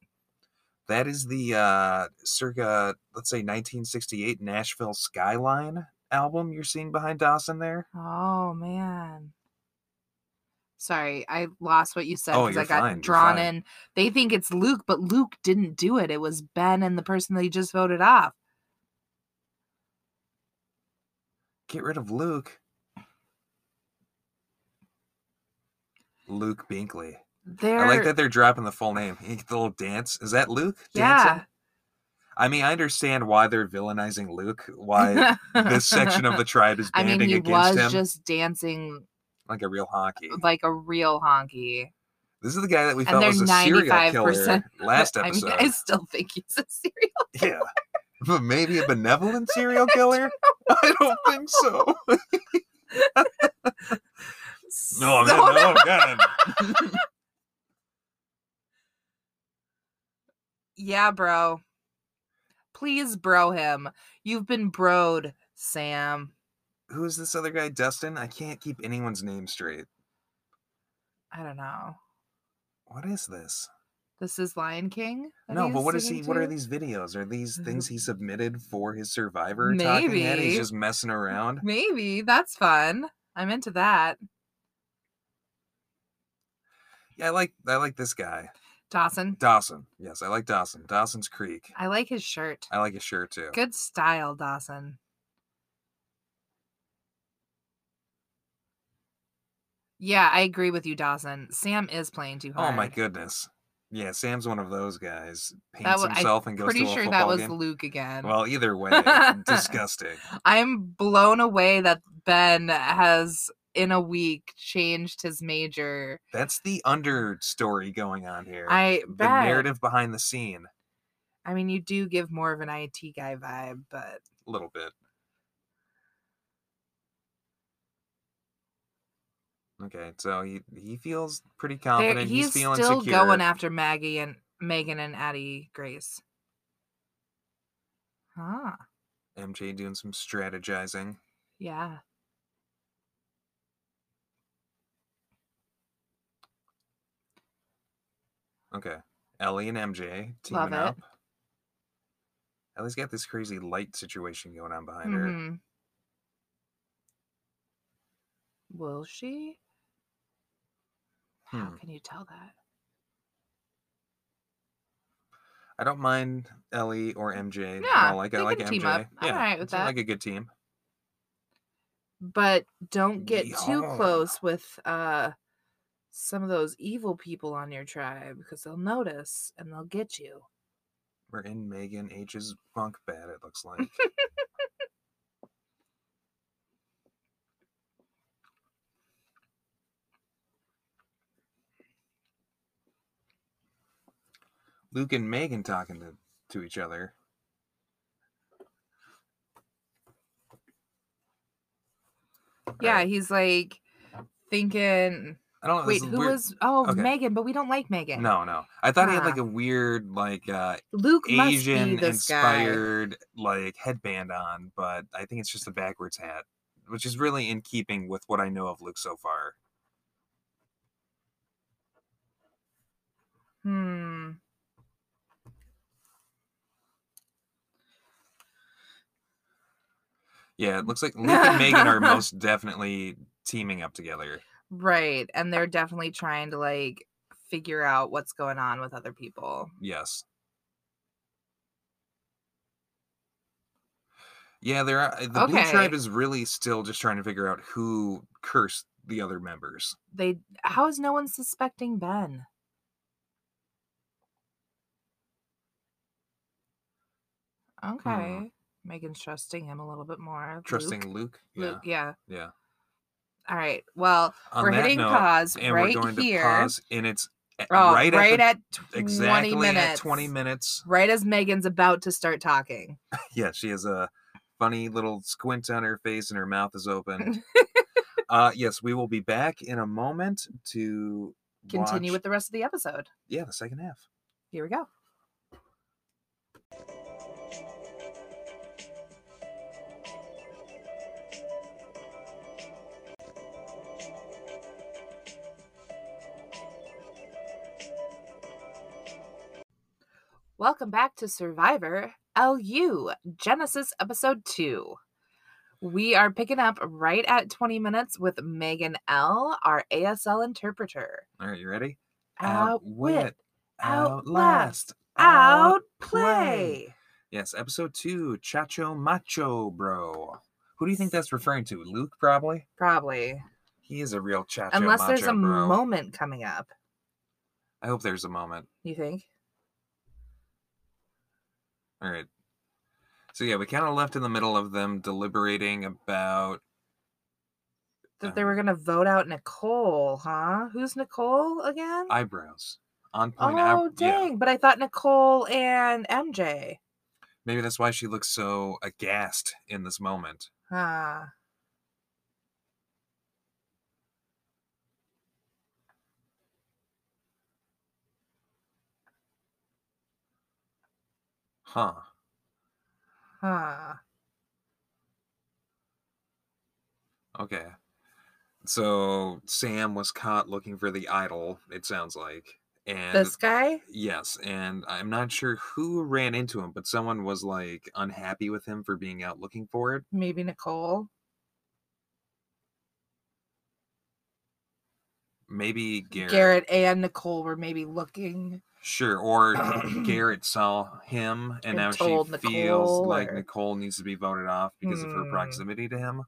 [SPEAKER 1] That is the uh, circa, let's say, 1968 Nashville Skyline album you're seeing behind Dawson there.
[SPEAKER 2] Oh man. Sorry, I lost what you said
[SPEAKER 1] Oh,
[SPEAKER 2] because I
[SPEAKER 1] you're
[SPEAKER 2] got
[SPEAKER 1] fine, you're
[SPEAKER 2] drawn
[SPEAKER 1] fine.
[SPEAKER 2] in. They think it's Luke, but Luke didn't do it. It was Ben and the person they just voted off.
[SPEAKER 1] Get rid of Luke. Luke Binkley.
[SPEAKER 2] They're
[SPEAKER 1] I like that they're dropping the full name. The little dance. Is that Luke?
[SPEAKER 2] yeah.
[SPEAKER 1] Dancing? I mean, I understand why they're villainizing Luke,
[SPEAKER 2] *laughs*
[SPEAKER 1] why this section of the tribe is
[SPEAKER 2] I
[SPEAKER 1] banding
[SPEAKER 2] mean, he
[SPEAKER 1] against
[SPEAKER 2] was
[SPEAKER 1] him
[SPEAKER 2] just dancing
[SPEAKER 1] like a real hockey.
[SPEAKER 2] like a real honky.
[SPEAKER 1] This is the guy that we
[SPEAKER 2] and
[SPEAKER 1] felt
[SPEAKER 2] they're
[SPEAKER 1] was a serial killer
[SPEAKER 2] 95%
[SPEAKER 1] last
[SPEAKER 2] I mean,
[SPEAKER 1] episode.
[SPEAKER 2] I still think he's a
[SPEAKER 1] *laughs* Yeah.
[SPEAKER 2] serial.
[SPEAKER 1] *laughs* But maybe a benevolent serial
[SPEAKER 2] *laughs*
[SPEAKER 1] killer? I don't think so.
[SPEAKER 2] so-
[SPEAKER 1] no, God.
[SPEAKER 2] *laughs* Yeah, bro. Please bro him. You've been broed, Sam.
[SPEAKER 1] *laughs* Who is this other guy, Dustin? I can't keep anyone's name straight.
[SPEAKER 2] I don't know.
[SPEAKER 1] What is this?
[SPEAKER 2] This is Lion King. that
[SPEAKER 1] no, but
[SPEAKER 2] he's
[SPEAKER 1] what is he?
[SPEAKER 2] singing
[SPEAKER 1] What are
[SPEAKER 2] to?
[SPEAKER 1] these videos? Are these
[SPEAKER 2] Mhm.
[SPEAKER 1] things he submitted for his survivor talking head? He's
[SPEAKER 2] Maybe. Mm-hmm.
[SPEAKER 1] just messing around.
[SPEAKER 2] Maybe that's fun. I'm into that.
[SPEAKER 1] Yeah, I like I like this guy,
[SPEAKER 2] Dawson,
[SPEAKER 1] Dawson. Yes, I like Dawson. Dawson's Creek.
[SPEAKER 2] I like his shirt.
[SPEAKER 1] I like his shirt too.
[SPEAKER 2] Good style, Dawson. Yeah, I agree with you, Dawson. Sam is playing too
[SPEAKER 1] Oh
[SPEAKER 2] hard.
[SPEAKER 1] my goodness. Yeah, Sam's one of those guys. Paints
[SPEAKER 2] wa- I
[SPEAKER 1] himself and goes
[SPEAKER 2] Pretty
[SPEAKER 1] to a
[SPEAKER 2] sure
[SPEAKER 1] football
[SPEAKER 2] that was
[SPEAKER 1] game.
[SPEAKER 2] Luke again.
[SPEAKER 1] Well, either
[SPEAKER 2] *laughs*
[SPEAKER 1] way, disgusting.
[SPEAKER 2] I'm blown away that Ben has, in a week, changed his major.
[SPEAKER 1] That's the understory going on here.
[SPEAKER 2] I
[SPEAKER 1] the
[SPEAKER 2] bet.
[SPEAKER 1] narrative behind the scene,
[SPEAKER 2] I mean, you do give more of an IT guy vibe, but
[SPEAKER 1] a little bit. Okay, so he he feels pretty
[SPEAKER 2] there-
[SPEAKER 1] confident.
[SPEAKER 2] he's
[SPEAKER 1] feeling
[SPEAKER 2] still
[SPEAKER 1] secure.
[SPEAKER 2] going after Maggie and Megan and Addie Grace. Huh.
[SPEAKER 1] MJ doing some strategizing.
[SPEAKER 2] Yeah.
[SPEAKER 1] Okay, Ellie and MJ teaming
[SPEAKER 2] Love it.
[SPEAKER 1] up. Ellie's got this crazy light situation going on behind her.
[SPEAKER 2] Mhm. Will she? How
[SPEAKER 1] Hmm.
[SPEAKER 2] can you tell that?
[SPEAKER 1] I don't mind Ellie or MJ.
[SPEAKER 2] Yeah,
[SPEAKER 1] I like I
[SPEAKER 2] they
[SPEAKER 1] like
[SPEAKER 2] can
[SPEAKER 1] MJ.
[SPEAKER 2] team up. I'm
[SPEAKER 1] yeah,
[SPEAKER 2] alright with
[SPEAKER 1] seems
[SPEAKER 2] that.
[SPEAKER 1] Like a good team.
[SPEAKER 2] But don't get too
[SPEAKER 1] Yeah.
[SPEAKER 2] close with uh some of those evil people on your tribe because they'll notice and they'll get you.
[SPEAKER 1] We're in Megan H's bunk bed, it looks like. *laughs* Luke and Megan talking to, to each other.
[SPEAKER 2] Yeah,
[SPEAKER 1] Alright.
[SPEAKER 2] he's like thinking,
[SPEAKER 1] I don't know.
[SPEAKER 2] wait,
[SPEAKER 1] this is
[SPEAKER 2] who
[SPEAKER 1] weird.
[SPEAKER 2] was? Ah. Oh,
[SPEAKER 1] Okay.
[SPEAKER 2] Megan, but we don't like Megan.
[SPEAKER 1] No, no. I thought he had
[SPEAKER 2] Huh.
[SPEAKER 1] like a weird, like uh
[SPEAKER 2] Luke must be
[SPEAKER 1] Asian
[SPEAKER 2] this guy.
[SPEAKER 1] inspired like headband on, but I think it's just a backwards hat, which is really in keeping with what I know of Luke so far.
[SPEAKER 2] Hmm.
[SPEAKER 1] Yeah, it looks like Luke and Megan
[SPEAKER 2] *laughs*
[SPEAKER 1] are most definitely teaming up together.
[SPEAKER 2] Right. And they're definitely trying to like figure out what's going on with other people.
[SPEAKER 1] Yes. Yeah, there are uh, the blue tribe
[SPEAKER 2] Okay.
[SPEAKER 1] is really still just trying to figure out who cursed the other members.
[SPEAKER 2] They how is no one suspecting Ben?
[SPEAKER 1] Hmm.
[SPEAKER 2] Okay. Megan's trusting him a little bit more.
[SPEAKER 1] Trusting
[SPEAKER 2] Luke.
[SPEAKER 1] Luke.
[SPEAKER 2] Luke, yeah.
[SPEAKER 1] Yeah. Yeah.
[SPEAKER 2] All right. Well,
[SPEAKER 1] On
[SPEAKER 2] we're
[SPEAKER 1] that
[SPEAKER 2] hitting
[SPEAKER 1] note,
[SPEAKER 2] pause
[SPEAKER 1] and
[SPEAKER 2] right
[SPEAKER 1] we're going
[SPEAKER 2] here.
[SPEAKER 1] to pause and it's a-
[SPEAKER 2] Oh,
[SPEAKER 1] right,
[SPEAKER 2] right,
[SPEAKER 1] at, the-
[SPEAKER 2] at, 20
[SPEAKER 1] exactly
[SPEAKER 2] minutes.
[SPEAKER 1] at 20
[SPEAKER 2] *laughs*
[SPEAKER 1] minutes
[SPEAKER 2] Right as Megan's about to start talking.
[SPEAKER 1] yeah she has a funny little squint on her face and her mouth is
[SPEAKER 2] *laughs*
[SPEAKER 1] open uh yes we will be back in a moment to
[SPEAKER 2] Continue
[SPEAKER 1] watch-
[SPEAKER 2] with the rest of the episode.
[SPEAKER 1] yeah the second half
[SPEAKER 2] Here we go. Welcome back to Survivor LU Genesis Episode 2. We are picking up right at 20 minutes with Megan L., our ASL interpreter.
[SPEAKER 1] all right you ready
[SPEAKER 2] Outwit,
[SPEAKER 1] outlast,
[SPEAKER 2] outplay.
[SPEAKER 1] yes episode two chacho macho bro who do you think that's referring to luke probably
[SPEAKER 2] Probably.
[SPEAKER 1] he is a real chacho
[SPEAKER 2] Unless there's
[SPEAKER 1] macho
[SPEAKER 2] a
[SPEAKER 1] bro.
[SPEAKER 2] moment coming up,
[SPEAKER 1] i hope there's a moment
[SPEAKER 2] you think?
[SPEAKER 1] All right. So yeah, we kind of left in the middle of them deliberating about
[SPEAKER 2] That they were going to vote out Nicole, huh? Who's Nicole again?
[SPEAKER 1] eyebrows on
[SPEAKER 2] oh,
[SPEAKER 1] point. eyebrow-
[SPEAKER 2] dang. But I thought Nicole and MJ.
[SPEAKER 1] maybe that's why she looks so aghast in this moment.
[SPEAKER 2] Ah.
[SPEAKER 1] Huh.
[SPEAKER 2] Huh.
[SPEAKER 1] Okay. So Sam was caught looking for the idol. It sounds like and.
[SPEAKER 2] This guy?
[SPEAKER 1] Yes, and I'm not sure who ran into him, but someone was like unhappy with him for being out looking for it.
[SPEAKER 2] Maybe Nicole.
[SPEAKER 1] Maybe Garrett.
[SPEAKER 2] Garrett and Nicole were maybe looking.
[SPEAKER 1] Sure,
[SPEAKER 2] *clears throat*
[SPEAKER 1] or Garrett saw him and,
[SPEAKER 2] And
[SPEAKER 1] now she feels
[SPEAKER 2] told Nicole,
[SPEAKER 1] like
[SPEAKER 2] or-
[SPEAKER 1] Nicole needs to be voted off because of her
[SPEAKER 2] Hmm.
[SPEAKER 1] proximity to him.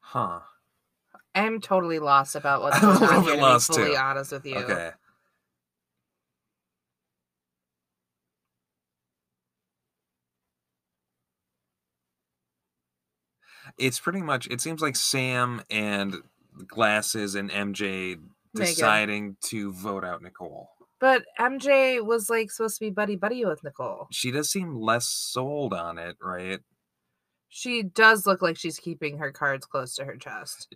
[SPEAKER 1] Huh.
[SPEAKER 2] I'm totally lost about
[SPEAKER 1] *laughs*
[SPEAKER 2] what's
[SPEAKER 1] I'm a
[SPEAKER 2] going
[SPEAKER 1] little
[SPEAKER 2] on.
[SPEAKER 1] bit
[SPEAKER 2] Here,
[SPEAKER 1] lost,
[SPEAKER 2] to be fully
[SPEAKER 1] too.
[SPEAKER 2] honest with you.
[SPEAKER 1] Okay. It's pretty much it seems like Sam and Glasses and MJ
[SPEAKER 2] Megan.
[SPEAKER 1] deciding to vote out Nicole.
[SPEAKER 2] But MJ was like supposed to be buddy buddy with Nicole.
[SPEAKER 1] She does seem less sold on it, right?
[SPEAKER 2] She does look like she's keeping her cards close to her chest.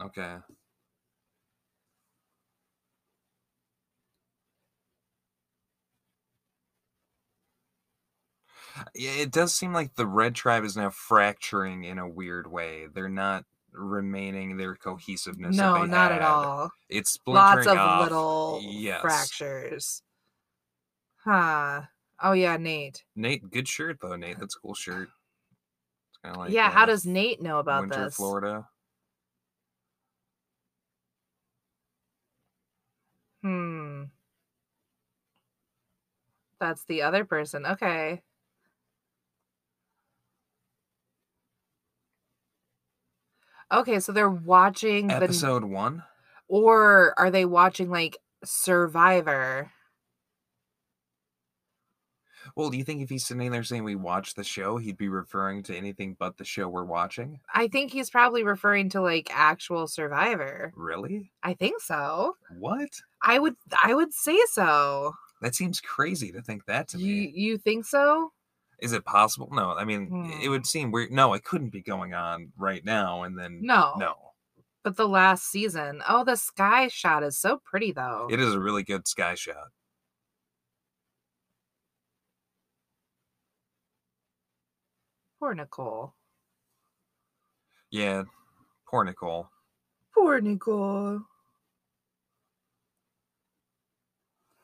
[SPEAKER 1] Okay. Yeah, it does seem like the red tribe is now fracturing in a weird way. They're not remaining their cohesiveness. that
[SPEAKER 2] No,
[SPEAKER 1] they
[SPEAKER 2] not at
[SPEAKER 1] had.
[SPEAKER 2] all.
[SPEAKER 1] It's splintering
[SPEAKER 2] Lots of
[SPEAKER 1] off.
[SPEAKER 2] little
[SPEAKER 1] yes.
[SPEAKER 2] fractures. Huh. Oh yeah, Nate.
[SPEAKER 1] Nate, good shirt though, Nate. That's a cool shirt. It's Kinda like,
[SPEAKER 2] yeah, how
[SPEAKER 1] uh,
[SPEAKER 2] does Nate know about
[SPEAKER 1] Winter,
[SPEAKER 2] this?
[SPEAKER 1] Florida.
[SPEAKER 2] Hmm. That's the other person. Okay. Okay, so they're watching the
[SPEAKER 1] Episode one.
[SPEAKER 2] or are they watching like Survivor?
[SPEAKER 1] Well, do you think if he's sitting there saying we watch the show, he'd be referring to anything but the show we're watching?
[SPEAKER 2] I think he's probably referring to like actual Survivor.
[SPEAKER 1] Really?
[SPEAKER 2] I think so.
[SPEAKER 1] What?
[SPEAKER 2] I would I would say so.
[SPEAKER 1] That seems crazy to think that to
[SPEAKER 2] You
[SPEAKER 1] me.
[SPEAKER 2] you think so?
[SPEAKER 1] Is it possible? No, I mean, i- it
[SPEAKER 2] Hmm.
[SPEAKER 1] would seem weird. No, it couldn't be going on right now. And then,
[SPEAKER 2] No.
[SPEAKER 1] no.
[SPEAKER 2] But the last season. Oh, the sky shot is so pretty though.
[SPEAKER 1] It is a really good sky shot.
[SPEAKER 2] Poor Nicole.
[SPEAKER 1] Yeah. Poor Nicole.
[SPEAKER 2] Poor Nicole.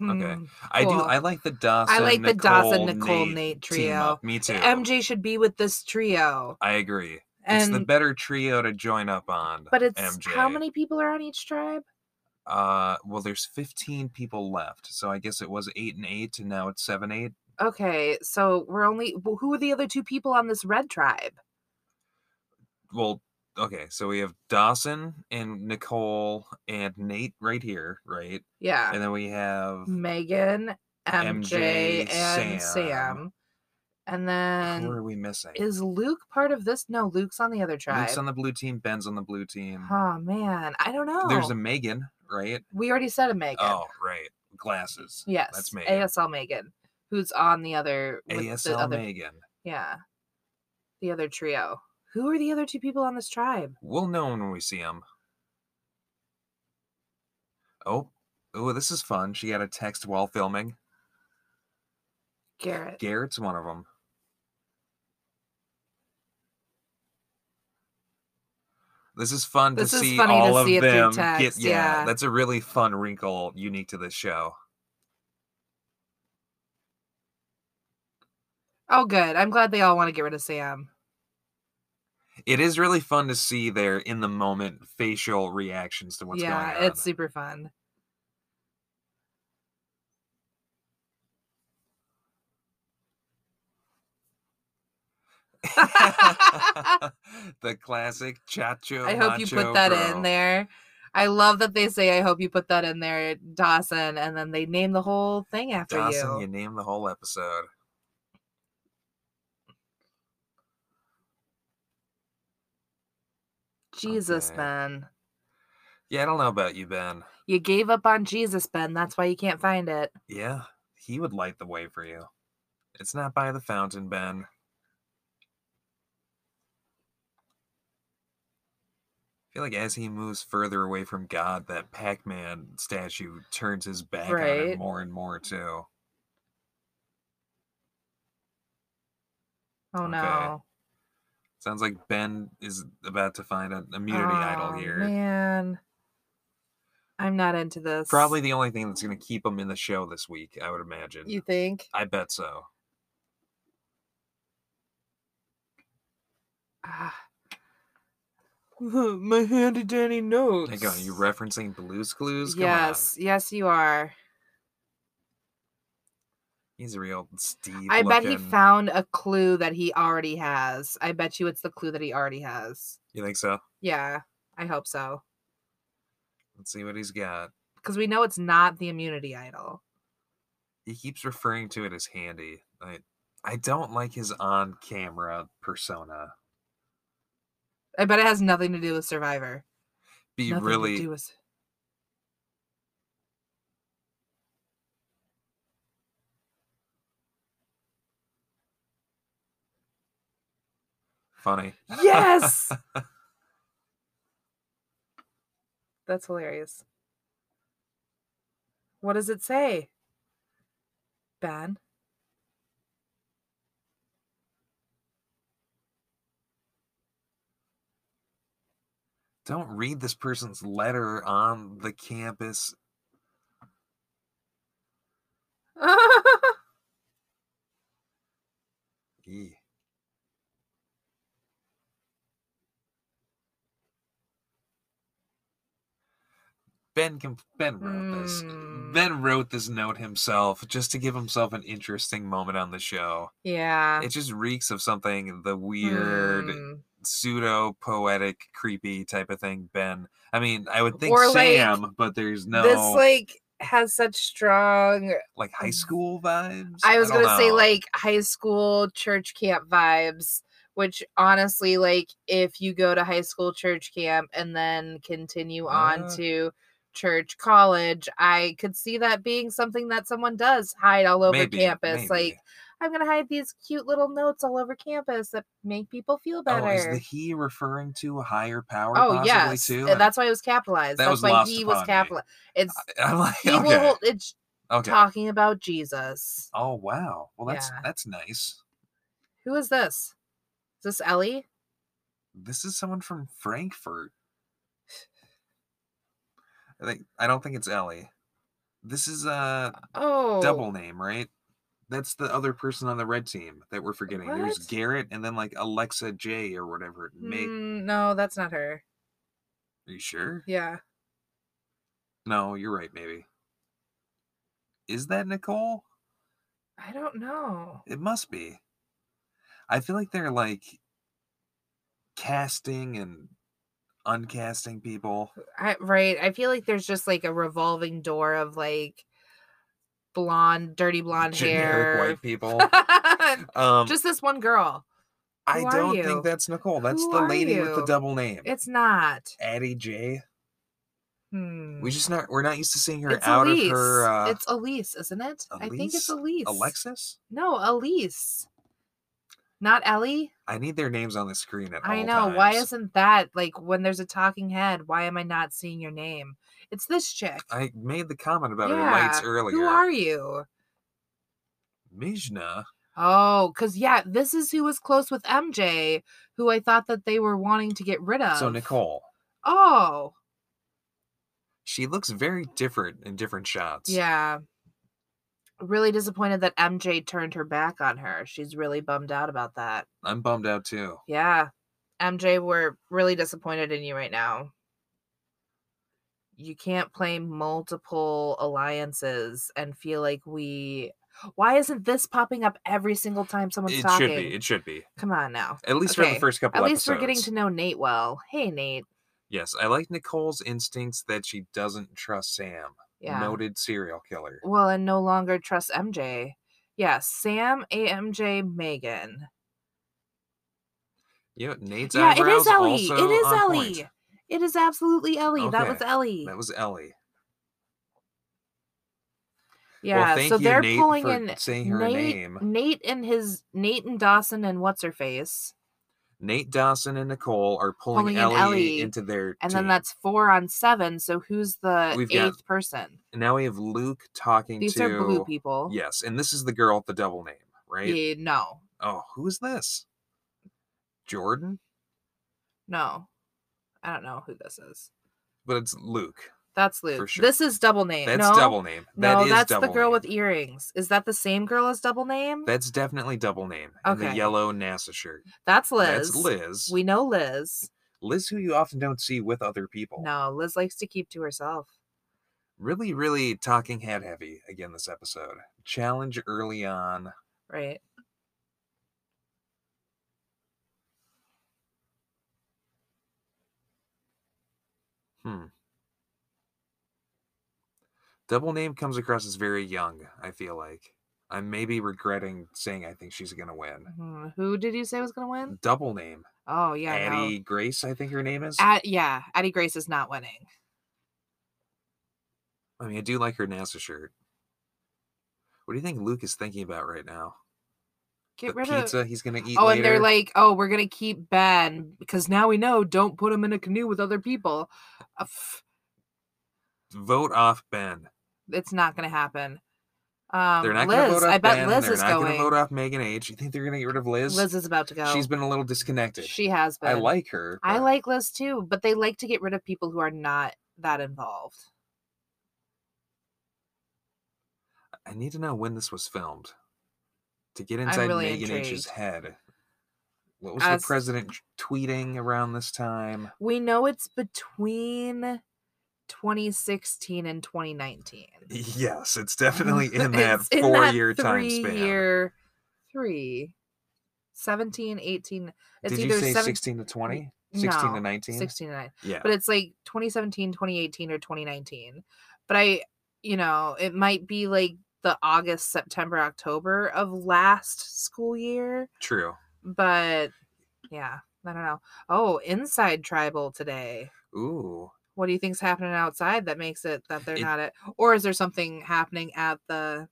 [SPEAKER 1] Okay.
[SPEAKER 2] Hmm.
[SPEAKER 1] I do.
[SPEAKER 2] Cool.
[SPEAKER 1] I like the Dawson.
[SPEAKER 2] I like the Dawson Nicole Nate,
[SPEAKER 1] team
[SPEAKER 2] trio.
[SPEAKER 1] up. Me too.
[SPEAKER 2] MJ should be with this trio.
[SPEAKER 1] I agree. it's
[SPEAKER 2] And
[SPEAKER 1] the better trio to join up on.
[SPEAKER 2] but it's
[SPEAKER 1] MJ.
[SPEAKER 2] how many people are on each tribe?
[SPEAKER 1] Uh, well, there's 15 people left, so I guess it was eight and eight, and now it's seven eight.
[SPEAKER 2] Okay, so we're only well, who are the other two people on this red tribe?
[SPEAKER 1] Well, okay, so we have Dawson and Nicole and Nate right here, right?
[SPEAKER 2] Yeah.
[SPEAKER 1] And then we have
[SPEAKER 2] Megan, MJ,
[SPEAKER 1] MJ, Sam.
[SPEAKER 2] and Sam. And
[SPEAKER 1] who
[SPEAKER 2] then
[SPEAKER 1] are we missing?
[SPEAKER 2] is Luke part of this? No, Luke's on the other tribe.
[SPEAKER 1] Luke's on the blue team, Ben's on the blue team.
[SPEAKER 2] Oh man, I don't know.
[SPEAKER 1] There's a Megan, right?
[SPEAKER 2] we already said a Megan.
[SPEAKER 1] Oh, right, glasses.
[SPEAKER 2] Yes,
[SPEAKER 1] that's Megan.
[SPEAKER 2] ASL Megan, who's on the other with the
[SPEAKER 1] ASL
[SPEAKER 2] other
[SPEAKER 1] Megan.
[SPEAKER 2] yeah, the other trio. Who are the other two people on this tribe?
[SPEAKER 1] We'll know when we see him. Oh, oh, this is fun. She got a text while filming.
[SPEAKER 2] Garrett.
[SPEAKER 1] Garrett's one of them. This is fun
[SPEAKER 2] This
[SPEAKER 1] to
[SPEAKER 2] is
[SPEAKER 1] see
[SPEAKER 2] funny to
[SPEAKER 1] all of
[SPEAKER 2] see it through
[SPEAKER 1] them
[SPEAKER 2] text,
[SPEAKER 1] get. Yeah,
[SPEAKER 2] yeah.
[SPEAKER 1] that's a really fun wrinkle unique to this show.
[SPEAKER 2] Oh, good. I'm glad they all want to get rid of Sam.
[SPEAKER 1] It is really fun to see their in the moment facial reactions to what's
[SPEAKER 2] yeah,
[SPEAKER 1] going on.
[SPEAKER 2] it's super fun.
[SPEAKER 1] *laughs* the classic chacho.
[SPEAKER 2] I hope you
[SPEAKER 1] macho
[SPEAKER 2] put that
[SPEAKER 1] bro.
[SPEAKER 2] in there. I love that they say, I hope you put that in there, Dawson. And then they name the whole thing after
[SPEAKER 1] Dawson,
[SPEAKER 2] you.
[SPEAKER 1] you name the whole episode.
[SPEAKER 2] Jesus,
[SPEAKER 1] Okay.
[SPEAKER 2] Ben.
[SPEAKER 1] Yeah, I don't know about you, Ben.
[SPEAKER 2] You gave up on Jesus, Ben. That's why you can't find it.
[SPEAKER 1] Yeah, he would light the way for you. It's not by the fountain, Ben. I feel like as he moves further away from God, that Pac Man statue turns his back on
[SPEAKER 2] Right.
[SPEAKER 1] him more and more, too.
[SPEAKER 2] Oh,
[SPEAKER 1] Okay.
[SPEAKER 2] no.
[SPEAKER 1] Sounds like Ben is about to find an immunity idol
[SPEAKER 2] Aw,
[SPEAKER 1] here.
[SPEAKER 2] Man. I'm not into this.
[SPEAKER 1] Probably the only thing that's going to keep him in the show this week, I would imagine.
[SPEAKER 2] You think?
[SPEAKER 1] I bet so.
[SPEAKER 2] Ah.
[SPEAKER 1] *laughs*
[SPEAKER 2] My handy dandy notes.
[SPEAKER 1] Hang on, are you referencing Blues Clues? Come
[SPEAKER 2] yes, yes, you are.
[SPEAKER 1] on. He's a real Steve.
[SPEAKER 2] I bet he
[SPEAKER 1] looking-
[SPEAKER 2] found a clue that he already has. I bet you it's the clue that he already has.
[SPEAKER 1] You think so?
[SPEAKER 2] Yeah, I hope so.
[SPEAKER 1] Let's see what he's got.
[SPEAKER 2] Because we know it's not the immunity idol.
[SPEAKER 1] He keeps referring to it as handy. I I don't like his on camera persona.
[SPEAKER 2] I bet it has nothing to do with Survivor.
[SPEAKER 1] Be
[SPEAKER 2] nothing
[SPEAKER 1] really
[SPEAKER 2] to
[SPEAKER 1] *laughs*
[SPEAKER 2] do with.
[SPEAKER 1] funny.
[SPEAKER 2] *laughs* Yes. That's hilarious. What does it say? Ben?
[SPEAKER 1] *laughs*
[SPEAKER 2] *laughs*
[SPEAKER 1] Don't read this person's letter on the campus. Eeh. Ben com- Ben wrote this.
[SPEAKER 2] Mm.
[SPEAKER 1] Ben wrote this note himself just to give himself an interesting moment on the show.
[SPEAKER 2] Yeah.
[SPEAKER 1] It just reeks of something the weird,
[SPEAKER 2] Mm.
[SPEAKER 1] pseudo poetic, creepy type of thing. Ben. I mean, I would think
[SPEAKER 2] Or, like,
[SPEAKER 1] Sam, but there's no
[SPEAKER 2] This
[SPEAKER 1] like,
[SPEAKER 2] like has such strong
[SPEAKER 1] high school vibes.
[SPEAKER 2] I was
[SPEAKER 1] don't
[SPEAKER 2] gonna say
[SPEAKER 1] know.
[SPEAKER 2] like high school church camp vibes, which honestly, like if you go to high school church camp and then continue on
[SPEAKER 1] Yeah.
[SPEAKER 2] to church college, I could see that being something that someone does hide all over
[SPEAKER 1] Maybe, maybe.
[SPEAKER 2] campus. Like I'm gonna hide these cute little notes all over campus that make people feel
[SPEAKER 1] Oh, is
[SPEAKER 2] better.
[SPEAKER 1] the he referring to a higher power?
[SPEAKER 2] Oh,
[SPEAKER 1] possibly,
[SPEAKER 2] yes,
[SPEAKER 1] too?
[SPEAKER 2] and that's why it was capitalized.
[SPEAKER 1] That
[SPEAKER 2] that's
[SPEAKER 1] was
[SPEAKER 2] why
[SPEAKER 1] lost
[SPEAKER 2] he was
[SPEAKER 1] upon me.
[SPEAKER 2] capitalized. It's
[SPEAKER 1] *laughs* I'm like,
[SPEAKER 2] he
[SPEAKER 1] okay,
[SPEAKER 2] will. It's
[SPEAKER 1] okay.
[SPEAKER 2] talking about Jesus.
[SPEAKER 1] Oh wow, well that's
[SPEAKER 2] Yeah.
[SPEAKER 1] that's nice.
[SPEAKER 2] Who is this? Is this Ellie?
[SPEAKER 1] This is someone from
[SPEAKER 2] *sighs*
[SPEAKER 1] Frankfurt. I think I don't think it's Ellie. This is uh, a
[SPEAKER 2] Oh,
[SPEAKER 1] double name, right? That's the other person on the red team that we're forgetting. There's
[SPEAKER 2] What?
[SPEAKER 1] Garrett and then like Alexa J or whatever. it May are
[SPEAKER 2] Mm, no, that's not her.
[SPEAKER 1] you sure?
[SPEAKER 2] Yeah.
[SPEAKER 1] No, you're right. Maybe. Is that Nicole?
[SPEAKER 2] I don't know.
[SPEAKER 1] It must be. I feel like they're like casting and uncasting people.
[SPEAKER 2] I, right. I feel like there's just like a revolving door of like blonde, dirty blonde
[SPEAKER 1] generic
[SPEAKER 2] hair.
[SPEAKER 1] white
[SPEAKER 2] *laughs*
[SPEAKER 1] people. Um,
[SPEAKER 2] just this one girl.
[SPEAKER 1] I
[SPEAKER 2] who are
[SPEAKER 1] don't
[SPEAKER 2] you?
[SPEAKER 1] think that's Nicole. That's
[SPEAKER 2] Who
[SPEAKER 1] the
[SPEAKER 2] are
[SPEAKER 1] lady with the
[SPEAKER 2] you?
[SPEAKER 1] double name.
[SPEAKER 2] It's not.
[SPEAKER 1] Addie J.
[SPEAKER 2] Hmm.
[SPEAKER 1] We just not we're not used to seeing her
[SPEAKER 2] it's
[SPEAKER 1] out
[SPEAKER 2] Elise.
[SPEAKER 1] of her uh,
[SPEAKER 2] it's Elise, isn't it? I think it's Elise.
[SPEAKER 1] Alexis.
[SPEAKER 2] No, Elise. Not Ellie.
[SPEAKER 1] I need their names on the screen at all
[SPEAKER 2] I know. Why
[SPEAKER 1] times.
[SPEAKER 2] isn't that like when there's a talking head? Why am I not seeing your name? It's this chick.
[SPEAKER 1] I made the comment about her lights
[SPEAKER 2] Yeah,
[SPEAKER 1] earlier.
[SPEAKER 2] Who are you?
[SPEAKER 1] Mijna?
[SPEAKER 2] Oh, because yeah, this is who was close with MJ, who I thought that they were wanting to get rid of.
[SPEAKER 1] So Nicole.
[SPEAKER 2] Oh,
[SPEAKER 1] She looks very different in different shots.
[SPEAKER 2] yeah. Really disappointed that MJ turned her back on her. She's really bummed out about that.
[SPEAKER 1] I'm bummed out too.
[SPEAKER 2] Yeah. MJ, we're really disappointed in you right now. You can't play multiple alliances and feel like we. Why isn't this popping up every single time someone's
[SPEAKER 1] it
[SPEAKER 2] talking?
[SPEAKER 1] should be. It should be.
[SPEAKER 2] Come on now.
[SPEAKER 1] At least for
[SPEAKER 2] Okay,
[SPEAKER 1] the first couple
[SPEAKER 2] At least
[SPEAKER 1] episodes.
[SPEAKER 2] we're getting to know Nate well. Hey, Nate.
[SPEAKER 1] Yes, I like Nicole's instincts that she doesn't trust Sam.
[SPEAKER 2] Yeah.
[SPEAKER 1] Noted serial killer.
[SPEAKER 2] Well, and no longer trust MJ. Yeah, Sam, AMJ, Megan.
[SPEAKER 1] You know, Nate's
[SPEAKER 2] yeah, it
[SPEAKER 1] eyebrows
[SPEAKER 2] is Ellie.
[SPEAKER 1] also
[SPEAKER 2] It is
[SPEAKER 1] on
[SPEAKER 2] Ellie.
[SPEAKER 1] point.
[SPEAKER 2] It is absolutely Ellie. That
[SPEAKER 1] Okay,
[SPEAKER 2] was Ellie.
[SPEAKER 1] That was Ellie.
[SPEAKER 2] yeah,
[SPEAKER 1] well, thank
[SPEAKER 2] so
[SPEAKER 1] you,
[SPEAKER 2] they're
[SPEAKER 1] Nate,
[SPEAKER 2] pulling
[SPEAKER 1] for
[SPEAKER 2] in
[SPEAKER 1] saying her
[SPEAKER 2] Nate,
[SPEAKER 1] name.
[SPEAKER 2] Nate and his Nate and Dawson and what's her face,
[SPEAKER 1] Nate Dawson and Nicole are pulling,
[SPEAKER 2] Pulling in
[SPEAKER 1] Ellie,
[SPEAKER 2] Oh, Ellie,
[SPEAKER 1] into their
[SPEAKER 2] and
[SPEAKER 1] team.
[SPEAKER 2] then that's four on seven. So who's the
[SPEAKER 1] We've got
[SPEAKER 2] eighth person?
[SPEAKER 1] And now we have Luke talking
[SPEAKER 2] These
[SPEAKER 1] to
[SPEAKER 2] are blue people.
[SPEAKER 1] Yes, and this is the girl with the double name, right?
[SPEAKER 2] Yeah, no,
[SPEAKER 1] Oh, who is this? Jordan?
[SPEAKER 2] no, I don't know who this is.
[SPEAKER 1] But it's Luke.
[SPEAKER 2] That's Luke.
[SPEAKER 1] sure.
[SPEAKER 2] This is double name.
[SPEAKER 1] That's
[SPEAKER 2] Eh, no,
[SPEAKER 1] double name. That
[SPEAKER 2] no,
[SPEAKER 1] is
[SPEAKER 2] that's
[SPEAKER 1] double
[SPEAKER 2] the girl
[SPEAKER 1] name.
[SPEAKER 2] with earrings. Is that the same girl as double name?
[SPEAKER 1] That's definitely double name. in the
[SPEAKER 2] Okay.
[SPEAKER 1] yellow NASA shirt.
[SPEAKER 2] that's Liz.
[SPEAKER 1] That's Liz.
[SPEAKER 2] We know Liz.
[SPEAKER 1] Liz, who you often don't see with other people.
[SPEAKER 2] No, Liz likes to keep to herself.
[SPEAKER 1] Really, really talking head heavy again this episode. Challenge early on.
[SPEAKER 2] Right.
[SPEAKER 1] Hmm. Double name comes across as very young, I feel like. I may be regretting saying I think she's going to win.
[SPEAKER 2] Hmm, Who did you say was gonna win?
[SPEAKER 1] Double name.
[SPEAKER 2] Oh Mm-hmm. yeah, no.
[SPEAKER 1] Mm. Addie Grace, I think her name is.
[SPEAKER 2] At, yeah, Addie Grace is not winning.
[SPEAKER 1] I mean, I do like her NASA shirt. What do you think Luke is thinking about right now?
[SPEAKER 2] Get
[SPEAKER 1] the
[SPEAKER 2] rid
[SPEAKER 1] pizza
[SPEAKER 2] of.
[SPEAKER 1] he's going to eat
[SPEAKER 2] Oh,
[SPEAKER 1] later?
[SPEAKER 2] and they're like, oh, we're gonna keep Ben because now we know. Don't put him in a canoe with other people. Uh, pff,
[SPEAKER 1] Vote off Ben.
[SPEAKER 2] It's not gonna happen. Um,
[SPEAKER 1] They're not going to
[SPEAKER 2] Liz,
[SPEAKER 1] vote off
[SPEAKER 2] I bet
[SPEAKER 1] Ben.
[SPEAKER 2] Liz
[SPEAKER 1] they're
[SPEAKER 2] is
[SPEAKER 1] not
[SPEAKER 2] going.
[SPEAKER 1] to vote off Megan H. You think they're going to get rid of Liz?
[SPEAKER 2] Liz is about to go.
[SPEAKER 1] She's been a little disconnected.
[SPEAKER 2] She has been.
[SPEAKER 1] I like her.
[SPEAKER 2] I
[SPEAKER 1] but
[SPEAKER 2] like Liz too, but they like to get rid of people who are not that involved.
[SPEAKER 1] I need to know when this was filmed to get
[SPEAKER 2] I'm
[SPEAKER 1] inside
[SPEAKER 2] really
[SPEAKER 1] Megan H's
[SPEAKER 2] intrigued.
[SPEAKER 1] head. What was
[SPEAKER 2] As-
[SPEAKER 1] the
[SPEAKER 2] *laughs*
[SPEAKER 1] president tweeting around this time?
[SPEAKER 2] We know it's between 2016 and 2019. *laughs*
[SPEAKER 1] Yes, it's definitely in that
[SPEAKER 2] Mm, It's in
[SPEAKER 1] four
[SPEAKER 2] that
[SPEAKER 1] year time
[SPEAKER 2] three
[SPEAKER 1] span.
[SPEAKER 2] Year, three. 17, 18. It's
[SPEAKER 1] Did you
[SPEAKER 2] either
[SPEAKER 1] say
[SPEAKER 2] 17
[SPEAKER 1] 16 to 20? 16
[SPEAKER 2] no,
[SPEAKER 1] to 19?
[SPEAKER 2] 16 and 9.
[SPEAKER 1] Yeah.
[SPEAKER 2] But it's like 2017, 2018, or 2019. But I, you know, it might be like the August, September, October of last school year.
[SPEAKER 1] True.
[SPEAKER 2] But yeah, I don't know. Oh, inside tribal today.
[SPEAKER 1] Ooh.
[SPEAKER 2] What do you think's happening outside that makes it that they're
[SPEAKER 1] It-
[SPEAKER 2] not at or is there something happening at the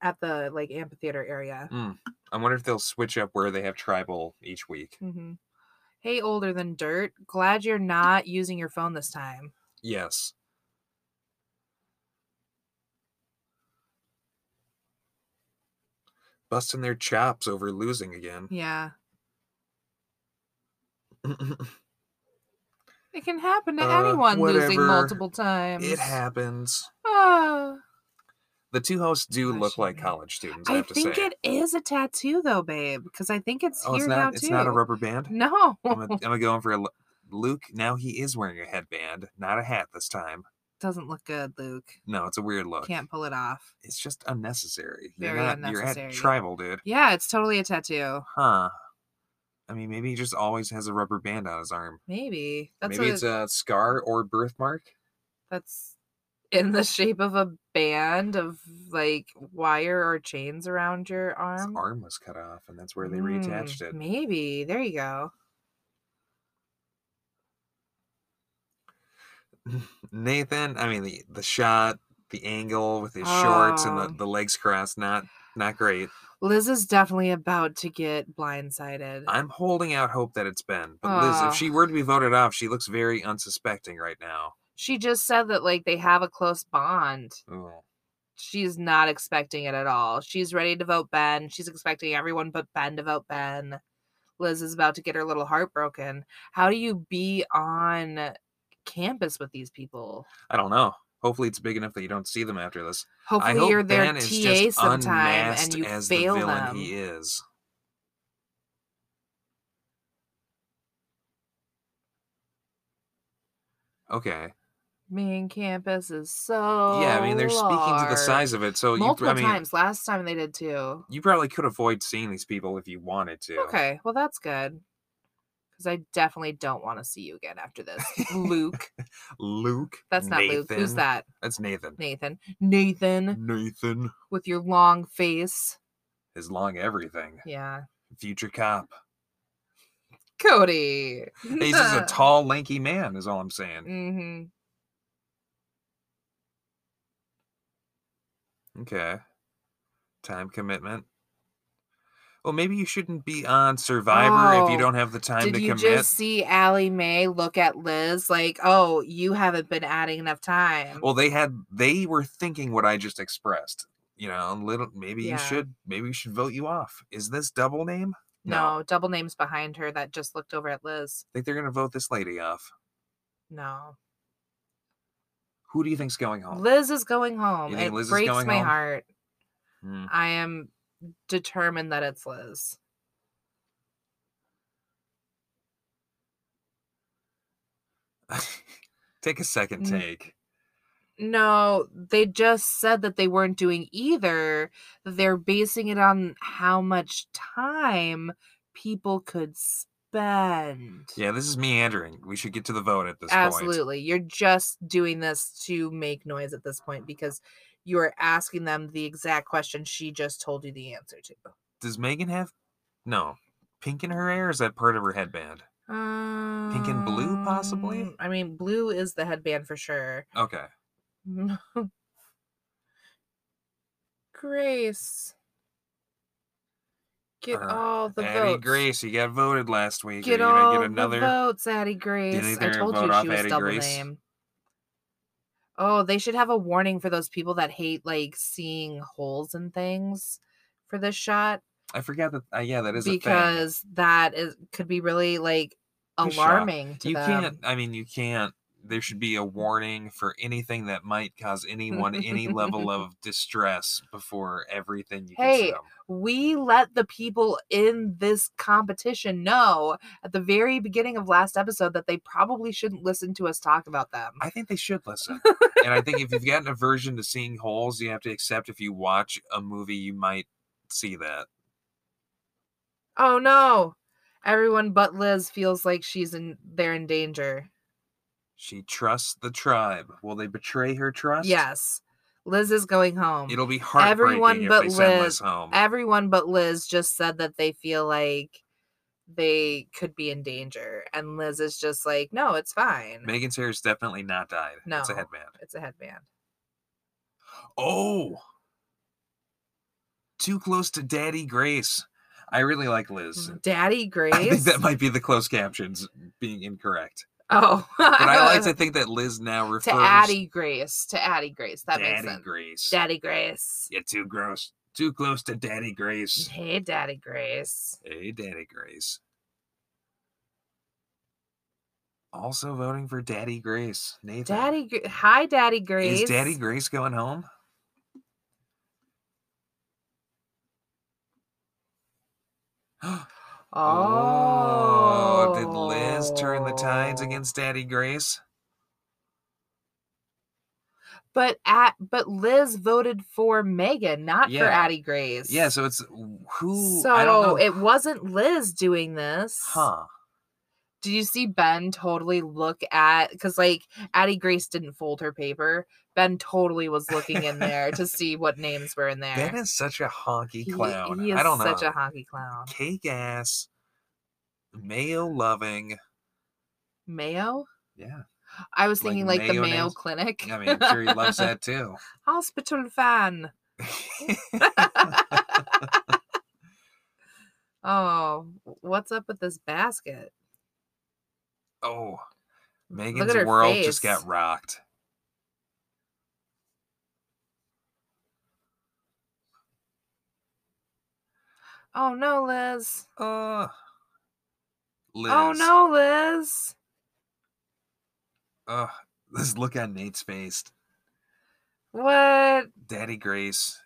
[SPEAKER 2] at the like amphitheater area?
[SPEAKER 1] I wonder if they'll switch up where they have tribal each week.
[SPEAKER 2] hmm Hey, older than dirt. Glad you're not using your phone this time.
[SPEAKER 1] Yes. Busting their chops over losing again.
[SPEAKER 2] Yeah,
[SPEAKER 1] *laughs*
[SPEAKER 2] it can happen to
[SPEAKER 1] Uh,
[SPEAKER 2] anyone losing
[SPEAKER 1] whatever.
[SPEAKER 2] multiple times.
[SPEAKER 1] it happens.
[SPEAKER 2] Ah.
[SPEAKER 1] The two hosts do
[SPEAKER 2] Gosh,
[SPEAKER 1] look
[SPEAKER 2] you
[SPEAKER 1] like
[SPEAKER 2] know.
[SPEAKER 1] college students, I,
[SPEAKER 2] I
[SPEAKER 1] have to
[SPEAKER 2] think
[SPEAKER 1] say.
[SPEAKER 2] it is a tattoo though, babe, because I think it's
[SPEAKER 1] oh,
[SPEAKER 2] here
[SPEAKER 1] it's
[SPEAKER 2] now
[SPEAKER 1] not
[SPEAKER 2] too.
[SPEAKER 1] it's not a rubber band?
[SPEAKER 2] No, *laughs*
[SPEAKER 1] I'm gonna, I'm gonna go in for a l- Luke. Now he is wearing a headband, not a hat this time.
[SPEAKER 2] doesn't look good, Luke.
[SPEAKER 1] No, it's a weird look.
[SPEAKER 2] Can't pull it off.
[SPEAKER 1] It's just unnecessary.
[SPEAKER 2] Very
[SPEAKER 1] you're not, You're
[SPEAKER 2] unnecessary.
[SPEAKER 1] at tribal, dude.
[SPEAKER 2] Yeah, it's totally a tattoo.
[SPEAKER 1] Huh. I mean, maybe he just always has a rubber band on his arm.
[SPEAKER 2] Maybe that's
[SPEAKER 1] maybe
[SPEAKER 2] a,
[SPEAKER 1] it's a scar or birthmark.
[SPEAKER 2] that's in the shape of a band of like wire or chains around your
[SPEAKER 1] His
[SPEAKER 2] arm.
[SPEAKER 1] arm was cut off, and that's where they
[SPEAKER 2] Mm,
[SPEAKER 1] reattached it.
[SPEAKER 2] Maybe there you go.
[SPEAKER 1] Nathan, I mean, the, the shot, the angle with his shorts and the,
[SPEAKER 2] Oh.
[SPEAKER 1] the legs crossed, not not great.
[SPEAKER 2] Liz is definitely about to get blindsided.
[SPEAKER 1] I'm holding out hope that it's Ben. But Liz,
[SPEAKER 2] Aw.
[SPEAKER 1] if she were to be voted off, she looks very unsuspecting right now.
[SPEAKER 2] she just said that like they have a close bond.
[SPEAKER 1] Ooh.
[SPEAKER 2] She's not expecting it at all. She's ready to vote Ben. She's expecting everyone but Ben to vote Ben. Liz is about to get her little heart broken. How do you be on campus with these people?
[SPEAKER 1] I don't know. Hopefully, it's big enough that you don't see them after this. I
[SPEAKER 2] Hopefully
[SPEAKER 1] hope
[SPEAKER 2] you're their
[SPEAKER 1] Ben is
[SPEAKER 2] TA
[SPEAKER 1] just
[SPEAKER 2] sometime
[SPEAKER 1] unmasked
[SPEAKER 2] and you
[SPEAKER 1] as
[SPEAKER 2] fail
[SPEAKER 1] the villain
[SPEAKER 2] them.
[SPEAKER 1] he is. Okay.
[SPEAKER 2] Being campus is so
[SPEAKER 1] yeah, I mean they're speaking to the
[SPEAKER 2] large.
[SPEAKER 1] size of it, so you,
[SPEAKER 2] multiple
[SPEAKER 1] I mean
[SPEAKER 2] times. Last time they did too.
[SPEAKER 1] you probably could avoid seeing these people if you wanted to.
[SPEAKER 2] Okay, well that's good. Because I definitely don't want to see you again after this, Luke.
[SPEAKER 1] Luke.
[SPEAKER 2] That's not Luke. Who's
[SPEAKER 1] Nathan.
[SPEAKER 2] that?
[SPEAKER 1] That's Nathan.
[SPEAKER 2] Nathan. Nathan
[SPEAKER 1] Nathan.
[SPEAKER 2] with your long face.
[SPEAKER 1] His long everything.
[SPEAKER 2] Yeah.
[SPEAKER 1] Future
[SPEAKER 2] *laughs*
[SPEAKER 1] cop.
[SPEAKER 2] Cody.
[SPEAKER 1] He's
[SPEAKER 2] *laughs*
[SPEAKER 1] just a tall, lanky man, is all I'm saying.
[SPEAKER 2] Mm-hmm. Mm.
[SPEAKER 1] Okay. Time commitment. Well, maybe you shouldn't be on Survivor if you
[SPEAKER 2] Oh,
[SPEAKER 1] don't have the time
[SPEAKER 2] Did
[SPEAKER 1] to
[SPEAKER 2] you
[SPEAKER 1] commit.
[SPEAKER 2] just see Allie Mae look at Liz like, oh, you haven't been adding enough time?
[SPEAKER 1] Well, they had they were thinking what I just expressed. You know, little maybe
[SPEAKER 2] Yeah.
[SPEAKER 1] you should maybe we should vote you off. Is this double name?
[SPEAKER 2] no. double names behind her that just looked over at Liz.
[SPEAKER 1] I think they're gonna vote this lady off.
[SPEAKER 2] No.
[SPEAKER 1] Who do you think's going home?
[SPEAKER 2] Liz is going home.
[SPEAKER 1] You think
[SPEAKER 2] It
[SPEAKER 1] Liz is
[SPEAKER 2] breaks
[SPEAKER 1] going
[SPEAKER 2] my
[SPEAKER 1] home?
[SPEAKER 2] heart.
[SPEAKER 1] Hmm.
[SPEAKER 2] I am determined that it's Liz.
[SPEAKER 1] *laughs* Take a second
[SPEAKER 2] Mm.
[SPEAKER 1] take.
[SPEAKER 2] No, they just said that they weren't doing either. They're basing it on how much time people could spend.
[SPEAKER 1] Yeah, this is meandering. We should get to the vote at this point.
[SPEAKER 2] Absolutely. You're just doing this to make noise at this point because you are asking them the exact question she just told you the answer to.
[SPEAKER 1] Does Megan have no pink in her hair? Or is that part of her headband?
[SPEAKER 2] Pink
[SPEAKER 1] and blue, possibly?
[SPEAKER 2] Um, I mean, blue is the headband for sure.
[SPEAKER 1] Okay.
[SPEAKER 2] *laughs* Grace, get
[SPEAKER 1] Uh,
[SPEAKER 2] all the
[SPEAKER 1] Addie
[SPEAKER 2] votes.
[SPEAKER 1] Grace, you got voted last week.
[SPEAKER 2] Get
[SPEAKER 1] Are you gonna
[SPEAKER 2] all
[SPEAKER 1] get another
[SPEAKER 2] the votes, Addie Grace. I
[SPEAKER 1] they're gonna
[SPEAKER 2] told you
[SPEAKER 1] vote
[SPEAKER 2] she
[SPEAKER 1] off
[SPEAKER 2] was
[SPEAKER 1] Addie
[SPEAKER 2] double
[SPEAKER 1] Grace?
[SPEAKER 2] name. Oh, they should have a warning for those people that hate like seeing holes and things for this shot
[SPEAKER 1] I forgot that uh, yeah, that is a thing.
[SPEAKER 2] because that is could be really like
[SPEAKER 1] Be shocked.
[SPEAKER 2] alarming to
[SPEAKER 1] you
[SPEAKER 2] them.
[SPEAKER 1] can't i mean you can't there should be a warning for anything that might cause anyone any
[SPEAKER 2] *laughs*
[SPEAKER 1] level of distress before everything you
[SPEAKER 2] Hey,
[SPEAKER 1] consume.
[SPEAKER 2] we let the people in this competition know at the very beginning of last episode that they probably shouldn't listen to us talk about them.
[SPEAKER 1] I think they should listen. and I think if you've
[SPEAKER 2] *laughs*
[SPEAKER 1] got an aversion to seeing holes, you have to accept if you watch a movie, you might see that.
[SPEAKER 2] oh no. Everyone but Liz feels like she's in they're in danger.
[SPEAKER 1] She trusts the tribe. Will they betray her trust?
[SPEAKER 2] Yes. Liz is going home.
[SPEAKER 1] It'll be heartbreaking
[SPEAKER 2] Everyone
[SPEAKER 1] if
[SPEAKER 2] but
[SPEAKER 1] they send
[SPEAKER 2] Liz-
[SPEAKER 1] Liz home.
[SPEAKER 2] Everyone but Liz just said that they feel like they could be in danger. And Liz is just like, no, it's fine.
[SPEAKER 1] Megan's hair is definitely not dyed. It's a
[SPEAKER 2] No.
[SPEAKER 1] headband.
[SPEAKER 2] It's a headband.
[SPEAKER 1] Oh! Too close to Daddy Grace. I really like Liz.
[SPEAKER 2] Daddy
[SPEAKER 1] *laughs* I think
[SPEAKER 2] Mm-hmm. Grace.
[SPEAKER 1] that might be the closed captions being
[SPEAKER 2] *laughs*
[SPEAKER 1] incorrect.
[SPEAKER 2] oh,
[SPEAKER 1] But I like to think that Liz now refers
[SPEAKER 2] to Addie Grace. To Addie Grace. That
[SPEAKER 1] Daddy
[SPEAKER 2] makes sense.
[SPEAKER 1] Grace.
[SPEAKER 2] Daddy Grace.
[SPEAKER 1] You're too gross. Too close to Daddy Grace.
[SPEAKER 2] Hey, Daddy Grace.
[SPEAKER 1] Hey, Daddy Grace. Also voting for Daddy Grace. Nathan.
[SPEAKER 2] Daddy. Gr- Hi, Daddy Grace.
[SPEAKER 1] Is Daddy Grace going home?
[SPEAKER 2] Oh.
[SPEAKER 1] did Liz turn the tides against Daddy Grace?
[SPEAKER 2] But at but Liz voted for Megan, not for
[SPEAKER 1] Yeah.
[SPEAKER 2] Addie Grace.
[SPEAKER 1] Yeah, so it's who
[SPEAKER 2] So
[SPEAKER 1] I don't know.
[SPEAKER 2] it wasn't Liz doing this.
[SPEAKER 1] huh.
[SPEAKER 2] Did you see Ben totally look at because like Addie Grace didn't fold her paper. Ben totally was looking in there to see what names were in there.
[SPEAKER 1] Ben is such a honky
[SPEAKER 2] He-
[SPEAKER 1] clown.
[SPEAKER 2] He, is
[SPEAKER 1] I don't know.
[SPEAKER 2] such a honky clown.
[SPEAKER 1] Cake ass, mayo loving.
[SPEAKER 2] Mayo?
[SPEAKER 1] Yeah.
[SPEAKER 2] I was
[SPEAKER 1] Like
[SPEAKER 2] thinking like, the Mayo
[SPEAKER 1] mayonnaise?
[SPEAKER 2] Clinic.
[SPEAKER 1] I mean, I'm sure he loves that too.
[SPEAKER 2] *laughs*
[SPEAKER 1] *laughs*
[SPEAKER 2] Hospital fan. *laughs* oh, what's up with this basket?
[SPEAKER 1] oh, Megan's
[SPEAKER 2] her
[SPEAKER 1] world just
[SPEAKER 2] face.
[SPEAKER 1] got rocked.
[SPEAKER 2] Oh no, Liz.
[SPEAKER 1] Uh, Liz.
[SPEAKER 2] Oh no, Liz.
[SPEAKER 1] Ugh, *laughs* this look on Nate's face.
[SPEAKER 2] What?
[SPEAKER 1] Daddy Grace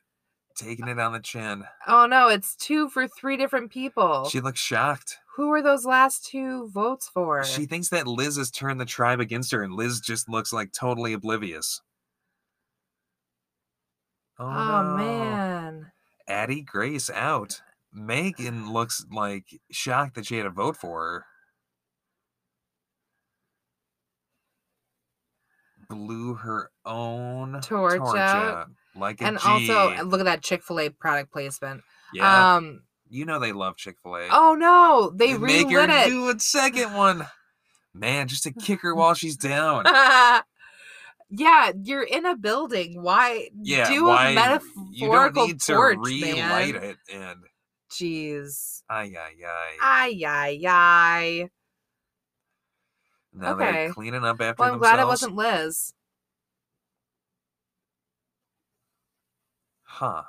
[SPEAKER 1] taking it on the chin.
[SPEAKER 2] Oh no, it's two for three different people.
[SPEAKER 1] She looks shocked.
[SPEAKER 2] Who were those last two votes for?
[SPEAKER 1] She thinks that Liz has turned the tribe against her, and Liz just looks like totally oblivious. Oh,
[SPEAKER 2] oh
[SPEAKER 1] no.
[SPEAKER 2] man.
[SPEAKER 1] Addie Grace out. Megan looks like shocked that she had a vote for her. Blew her own
[SPEAKER 2] Torch out.
[SPEAKER 1] like a
[SPEAKER 2] And
[SPEAKER 1] G.
[SPEAKER 2] also, um, look at that Chick Fil A product placement.
[SPEAKER 1] yeah,
[SPEAKER 2] Um.
[SPEAKER 1] you know they love Chick Fil A.
[SPEAKER 2] Oh no, they
[SPEAKER 1] make
[SPEAKER 2] relit
[SPEAKER 1] her
[SPEAKER 2] it.
[SPEAKER 1] do a second one. Man, just to kick her while she's
[SPEAKER 2] *laughs*
[SPEAKER 1] down.
[SPEAKER 2] yeah, you're in a building. Why
[SPEAKER 1] Yeah,
[SPEAKER 2] do
[SPEAKER 1] why
[SPEAKER 2] a
[SPEAKER 1] you don't
[SPEAKER 2] metaphorical
[SPEAKER 1] need to
[SPEAKER 2] torch,
[SPEAKER 1] relight
[SPEAKER 2] man?
[SPEAKER 1] it and
[SPEAKER 2] Jeez.
[SPEAKER 1] ay ay ay.
[SPEAKER 2] Ay, ay, ay.
[SPEAKER 1] Now
[SPEAKER 2] okay.
[SPEAKER 1] they're cleaning up after
[SPEAKER 2] Well,
[SPEAKER 1] themselves.
[SPEAKER 2] I'm glad it wasn't Liz.
[SPEAKER 1] Huh.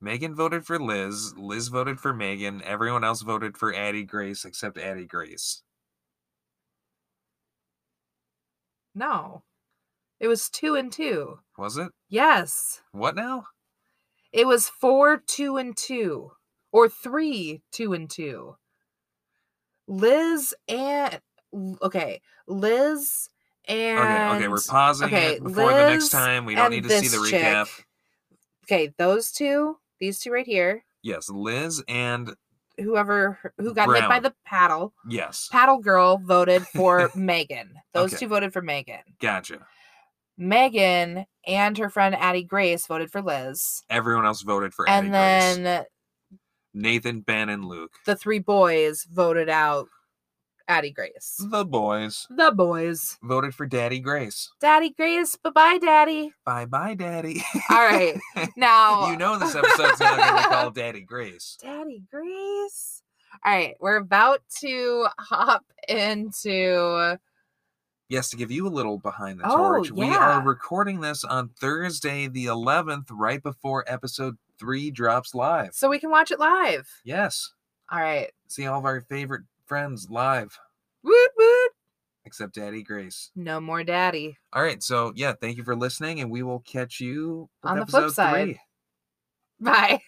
[SPEAKER 1] Megan voted for Liz. Liz voted for Megan. Everyone else voted for Addie Grace except Addie Grace.
[SPEAKER 2] No. It was two and two.
[SPEAKER 1] Was it?
[SPEAKER 2] Yes.
[SPEAKER 1] What now?
[SPEAKER 2] It was four, two, and two. Or three, two, and two. Liz and. Okay. Liz and.
[SPEAKER 1] Okay, okay, we're pausing
[SPEAKER 2] okay,
[SPEAKER 1] it before the next
[SPEAKER 2] Liz
[SPEAKER 1] time. We don't
[SPEAKER 2] and
[SPEAKER 1] need to see the
[SPEAKER 2] this chick.
[SPEAKER 1] recap.
[SPEAKER 2] Okay, those two, these two right here,
[SPEAKER 1] Yes, Liz and
[SPEAKER 2] whoever h- who got hit by
[SPEAKER 1] Brown.
[SPEAKER 2] the paddle,
[SPEAKER 1] yes,
[SPEAKER 2] paddle girl
[SPEAKER 1] *laughs*
[SPEAKER 2] voted for Megan. Those
[SPEAKER 1] Okay.
[SPEAKER 2] two voted for Megan.
[SPEAKER 1] gotcha.
[SPEAKER 2] Megan and her friend Addie Grace voted for Liz.
[SPEAKER 1] Everyone else voted for Addie
[SPEAKER 2] and then
[SPEAKER 1] Grace. Nathan, Ben, and Luke.
[SPEAKER 2] the three boys voted out Addie Grace.
[SPEAKER 1] The boys
[SPEAKER 2] The boys.
[SPEAKER 1] voted for Daddy Grace.
[SPEAKER 2] Daddy Grace, bye bye,
[SPEAKER 1] *laughs*
[SPEAKER 2] Daddy.
[SPEAKER 1] Bye bye, Daddy. *laughs*
[SPEAKER 2] All right. Now
[SPEAKER 1] you know this episode's not going to
[SPEAKER 2] *laughs*
[SPEAKER 1] call Daddy Grace.
[SPEAKER 2] Daddy Grace. All right, we're about to hop into
[SPEAKER 1] Yes, to give you a little behind the
[SPEAKER 2] Oh,
[SPEAKER 1] torch, we
[SPEAKER 2] yeah.
[SPEAKER 1] are recording this on Thursday, the 11th, right before episode three drops live.
[SPEAKER 2] so we can watch it live.
[SPEAKER 1] Yes,
[SPEAKER 2] All right.
[SPEAKER 1] see all of our favorite friends live.
[SPEAKER 2] Woot woot.
[SPEAKER 1] except Daddy Grace.
[SPEAKER 2] No more daddy.
[SPEAKER 1] All right. So, yeah, thank you for listening, and we will catch you with
[SPEAKER 2] On the flip
[SPEAKER 1] episode
[SPEAKER 2] side.
[SPEAKER 1] three.
[SPEAKER 2] Bye.